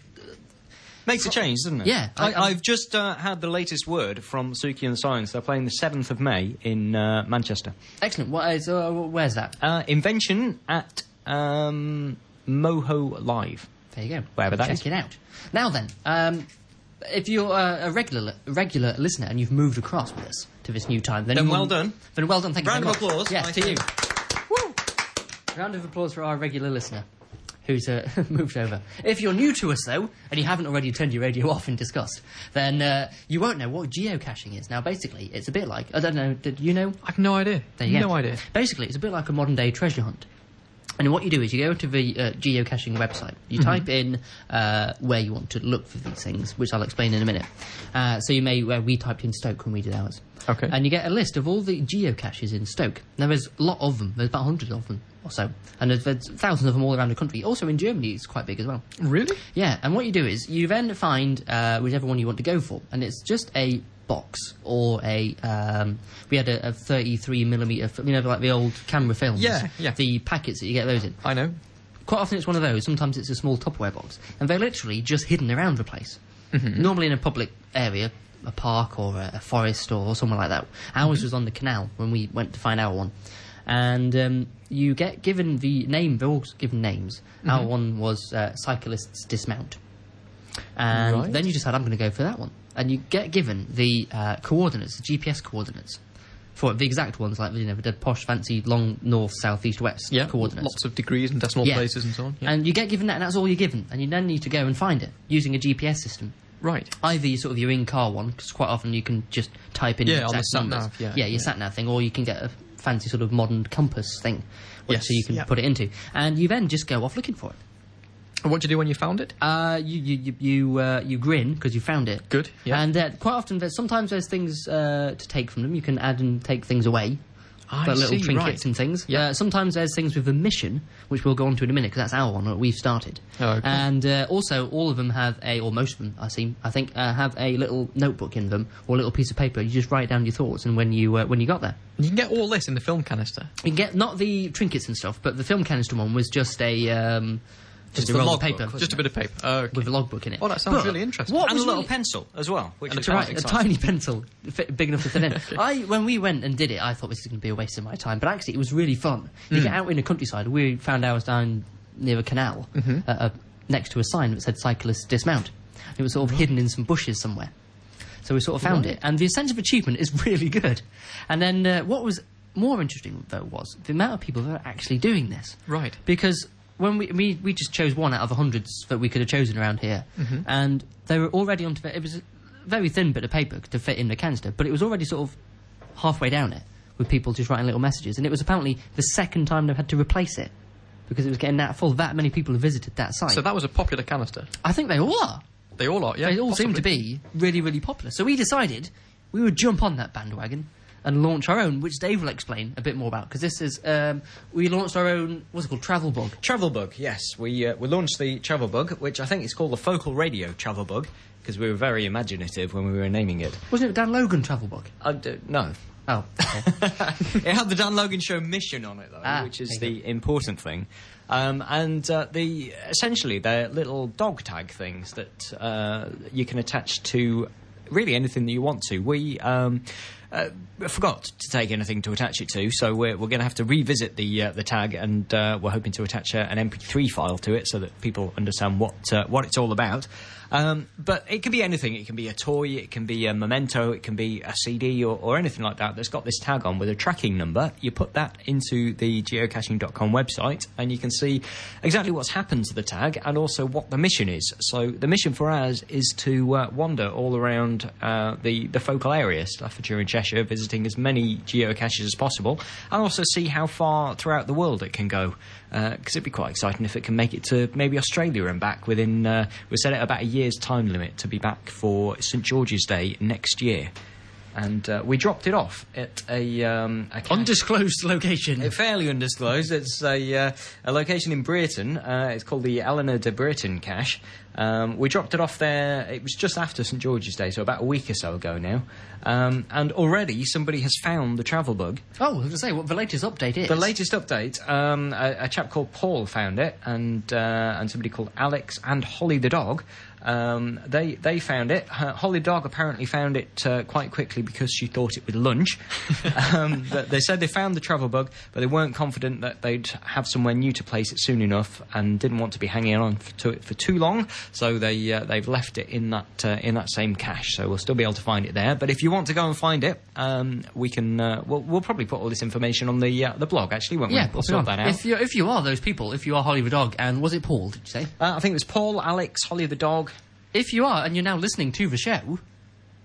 Makes a change, doesn't it? Yeah, I- I, I'm- I've just uh, had the latest word from Suki and the Science. They're playing the 7th of May in uh, Manchester. Excellent. What is, uh, where's that? Uh, invention at um, Moho Live. There you go. Wherever that Check is. it out. Now then, um, if you're uh, a regular regular listener and you've moved across with us to this new time, then, Then you well will- done. Then well done. Thank Round you. of very much. applause. Yes, I to you. think. Round of applause for our regular listener who's uh, [laughs] moved over. If you're new to us, though, and you haven't already turned your radio [laughs] off in disgust, then uh, you won't know what geocaching is. Now, basically, it's a bit like I don't know. Did you know? I've no idea. There you no go. idea. Basically, it's a bit like a modern day treasure hunt. And what you do is you go to the uh, geocaching website. You Mm-hmm. type in uh, where you want to look for these things, which I'll explain in a minute. Uh, so you may uh, we typed in Stoke when we did ours. Okay. And you get a list of all the geocaches in Stoke. Now there's a lot of them. There's about hundred of them or so, and there's, there's thousands of them all around the country. Also in Germany, it's quite big as well. Really? Yeah, and what you do is you then find uh, whichever one you want to go for, and it's just a box or a. Um, we had a, a 33 millimeter, f- you know, like the old camera films. Yeah, yeah. The packets that you get those in. I know. Quite often it's one of those. Sometimes it's a small Tupperware box, and they're literally just hidden around the place. Normally in a public area, a park or a, a forest or somewhere like that. Ours was on the canal when we went to find our one, and um, you get given the name. They're all given names. Our one was uh, cyclists dismount, and Right. then you decide I'm going to go for that one, and you get given the uh, coordinates, the GPS coordinates. For it, the exact ones, like you know, the posh, fancy, long north, south, east, west coordinates. Lots of degrees and decimal places and so on. Yeah. And you get given that, and that's all you're given. And you then need to go and find it using a GPS system. right. Either you sort of your in-car one, because quite often you can just type in Yeah, your on the exact sat numbers. nav, yeah, your yeah. sat nav thing, or you can get a fancy sort of modern compass thing, which Yes, so you can yeah. put it into, and you then just go off looking for it. And what did you do when you found it? Uh, you you you you, uh, you grin because you found it. Good, yeah. And uh, quite often, there's sometimes there's things uh, to take from them. You can add and take things away. I but little see, trinkets right. and things. Yeah. Uh, sometimes there's things with a mission, which we'll go on to in a minute because that's our one that we've started. Oh, okay. And uh, also, all of them have a, or most of them, I seem, I think, uh, have a little notebook in them or a little piece of paper. You just write down your thoughts and when you uh, when you got there. You can get all this in the film canister. You can get not the trinkets and stuff, but the film canister one was just a um, just, a the roll of logbook, paper, Just a bit of paper. Oh, okay. with a logbook in it. Oh, that sounds But really interesting. What And a was little really- pencil as well, which is to quite write a exciting. tiny pencil fit, big enough to fit in. I when we went and did it, I thought this is going to be a waste of my time, but actually it was really fun. You get out in the countryside. We found ours down near a canal, uh, uh, next to a sign that said "cyclists dismount." It was sort of hidden in some bushes somewhere. So we sort of found it, and the sense of achievement is [laughs] really good. And then uh, what was more interesting though was the amount of people that are actually doing this. Right. Because when we we, we just chose one out of the hundreds that we could have chosen around here, Mm-hmm. and they were already onto it. It was a very thin bit of paper to fit in the canister, but it was already sort of halfway down it with people just writing little messages, and it was apparently the second time they've had to replace it because it was getting that full. That many people have visited that site. So that was a popular canister. I think they all are. They all are, yeah. They all seem to possibly. be really, really popular. So we decided we would jump on that bandwagon and launch our own, which Dave will explain a bit more about because this is um, we launched our own what's it called travel bug. Travel Bug, yes. We, uh, we launched the Travel Bug, which I think is called the Focal Radio Travel Bug, because we were very imaginative when we were naming it. Wasn't it Dan Logan travel bug? I do, no. [laughs] Oh, okay. it had the Dan Logan Show mission on it, though, Ah, which is there you the important thing. Um, and uh, the essentially, they're little dog tag things that uh, you can attach to really anything that you want to. We. Um, uh, forgot to take anything to attach it to, so we're, we're going to have to revisit the uh, the tag, and uh, we're hoping to attach a, an MP3 file to it so that people understand what uh, what it's all about. Um, but it can be anything. It can be a toy, it can be a memento, it can be a CD or, or anything like that that's got this tag on with a tracking number. You put that into the geocaching.com website and you can see exactly what's happened to the tag and also what the mission is. So the mission for ours is to uh, wander all around uh, the, the focal area, Staffordshire and Cheshire, visiting as many geocaches as possible and also see how far throughout the world it can go because it'd be quite exciting if it can make it to maybe Australia and back within. Uh, we set it about a year's time limit to be back for St George's Day next year, and uh, we dropped it off at a, um, a cache- Undisclosed location. uh, fairly undisclosed. It's a, uh, a location in Brereton. Uh, it's called the Eleanor de Brereton cache. Um, we dropped it off there. It was just after St George's Day, so about a week or so ago now. Um, and already somebody has found the travel bug. oh, I was going to say what the latest update is. The latest update, um, a, a chap called Paul found it, and uh, and somebody called Alex and Holly the dog. Um, they they found it. Ho- Holly the dog apparently found it uh, quite quickly because she thought it was lunch. [laughs] um, but they said they found the travel bug, but they weren't confident that they'd have somewhere new to place it soon enough, and didn't want to be hanging on f- to it for too long. So they uh, they've left it in that uh, in that same cache. So we'll still be able to find it there. But if you want to go and find it, um, we can. Uh, we'll, we'll probably put all this information on the uh, the blog actually, won't we? Yeah, we'll pop it sort on. that out. If you if you are those people, if you are Holly the dog, and was it Paul? Did you say? Uh, I think it was Paul, Alex, Holly the dog. if you are and you're now listening to the show,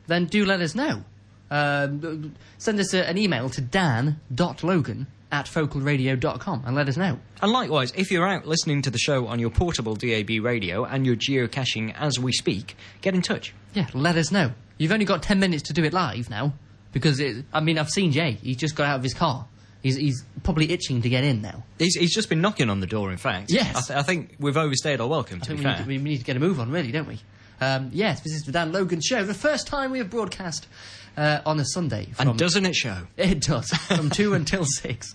then do let us know. Um, send us a, an email to dan.logan at focalradio.com and let us know. And likewise, if you're out listening to the show on your portable DAB radio and you're geocaching as we speak, get in touch. Yeah, let us know. You've only got 10 minutes to do it live now because, it, I mean, I've seen Jay. He's just got out of his car. He's, he's probably itching to get in now. He's, he's just been knocking on the door, in fact. Yes. I, th- I think we've overstayed our welcome, to I think be we fair. need, we need to get a move on, really, don't we? Um, yes, this is the Dan Logan show. The first time we have broadcast uh, on a Sunday. From, and doesn't it show? It does. From [laughs] 2 until 6.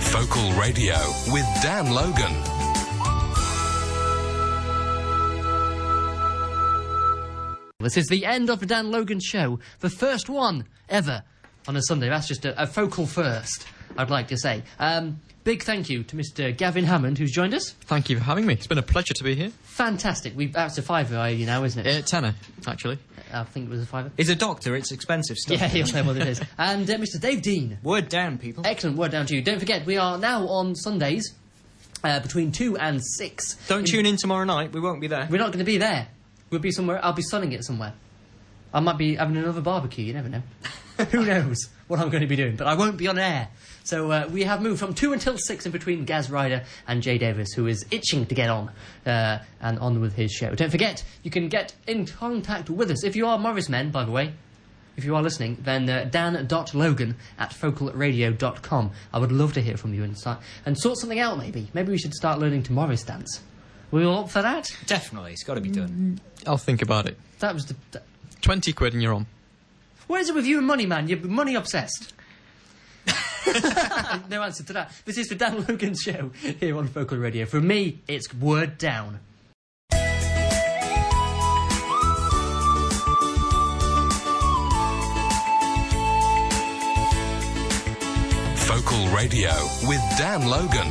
Focal Radio with Dan Logan. This is the end of the Dan Logan show, the first one ever on a Sunday. That's just a, a focal first, I'd like to say. Um, big thank you to Mr. Gavin Hammond, who's joined us. Thank you for having me. It's been a pleasure to be here. Fantastic. We've that's a fiver, are you now, isn't it? Uh, tenor, actually. I think it was a fiver. He's a doctor, it's expensive stuff. Yeah, you'll know what it is. And uh, Mr. Dave Dean. Word down, people. Excellent word down to you. Don't forget, we are now on Sundays uh, between 2 and 6. Don't tune in tomorrow night, we won't be there. We're not going to be there. We'll be somewhere. I'll be sunning it somewhere. I might be having another barbecue. You never know. Who knows what I'm going to be doing? But I won't be on air. So uh, we have moved from two until six in between Gaz Ryder and Jay Davis, who is itching to get on uh, and on with his show. Don't forget, you can get in contact with us if you are Morris Men, by the way. If you are listening, then uh, dan.logan at focalradio.com. I would love to hear from you and, start, and sort something out, maybe. Maybe we should start learning to Morris dance. We all up for that? Definitely, it's got to be done. I'll think about it. That was the. That, 20 quid and you're on. what is it with you and money, man? You're money obsessed. no answer to that. This is the Dan Logan show here on Focal Radio. For me, it's word down. Focal Radio with Dan Logan.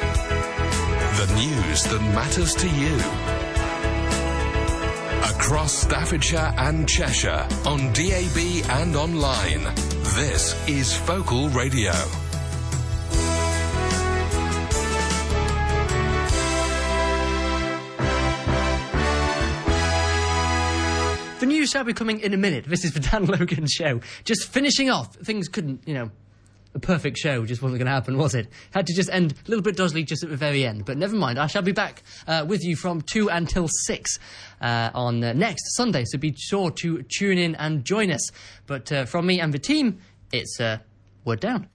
The news that matters to you. Across Staffordshire and Cheshire, on DAB and online. This is Focal Radio. The news shall be coming in a minute. This is the [laughs] Dan Logan show. Just finishing off. Things couldn't, you know, a perfect show just wasn't going to happen, was it? Had to just end a little bit dodgily just at the very end. But never mind. I shall be back uh, with you from 2 until 6 uh, on uh, next Sunday. So be sure to tune in and join us. But uh, from me and the team, it's uh, word down.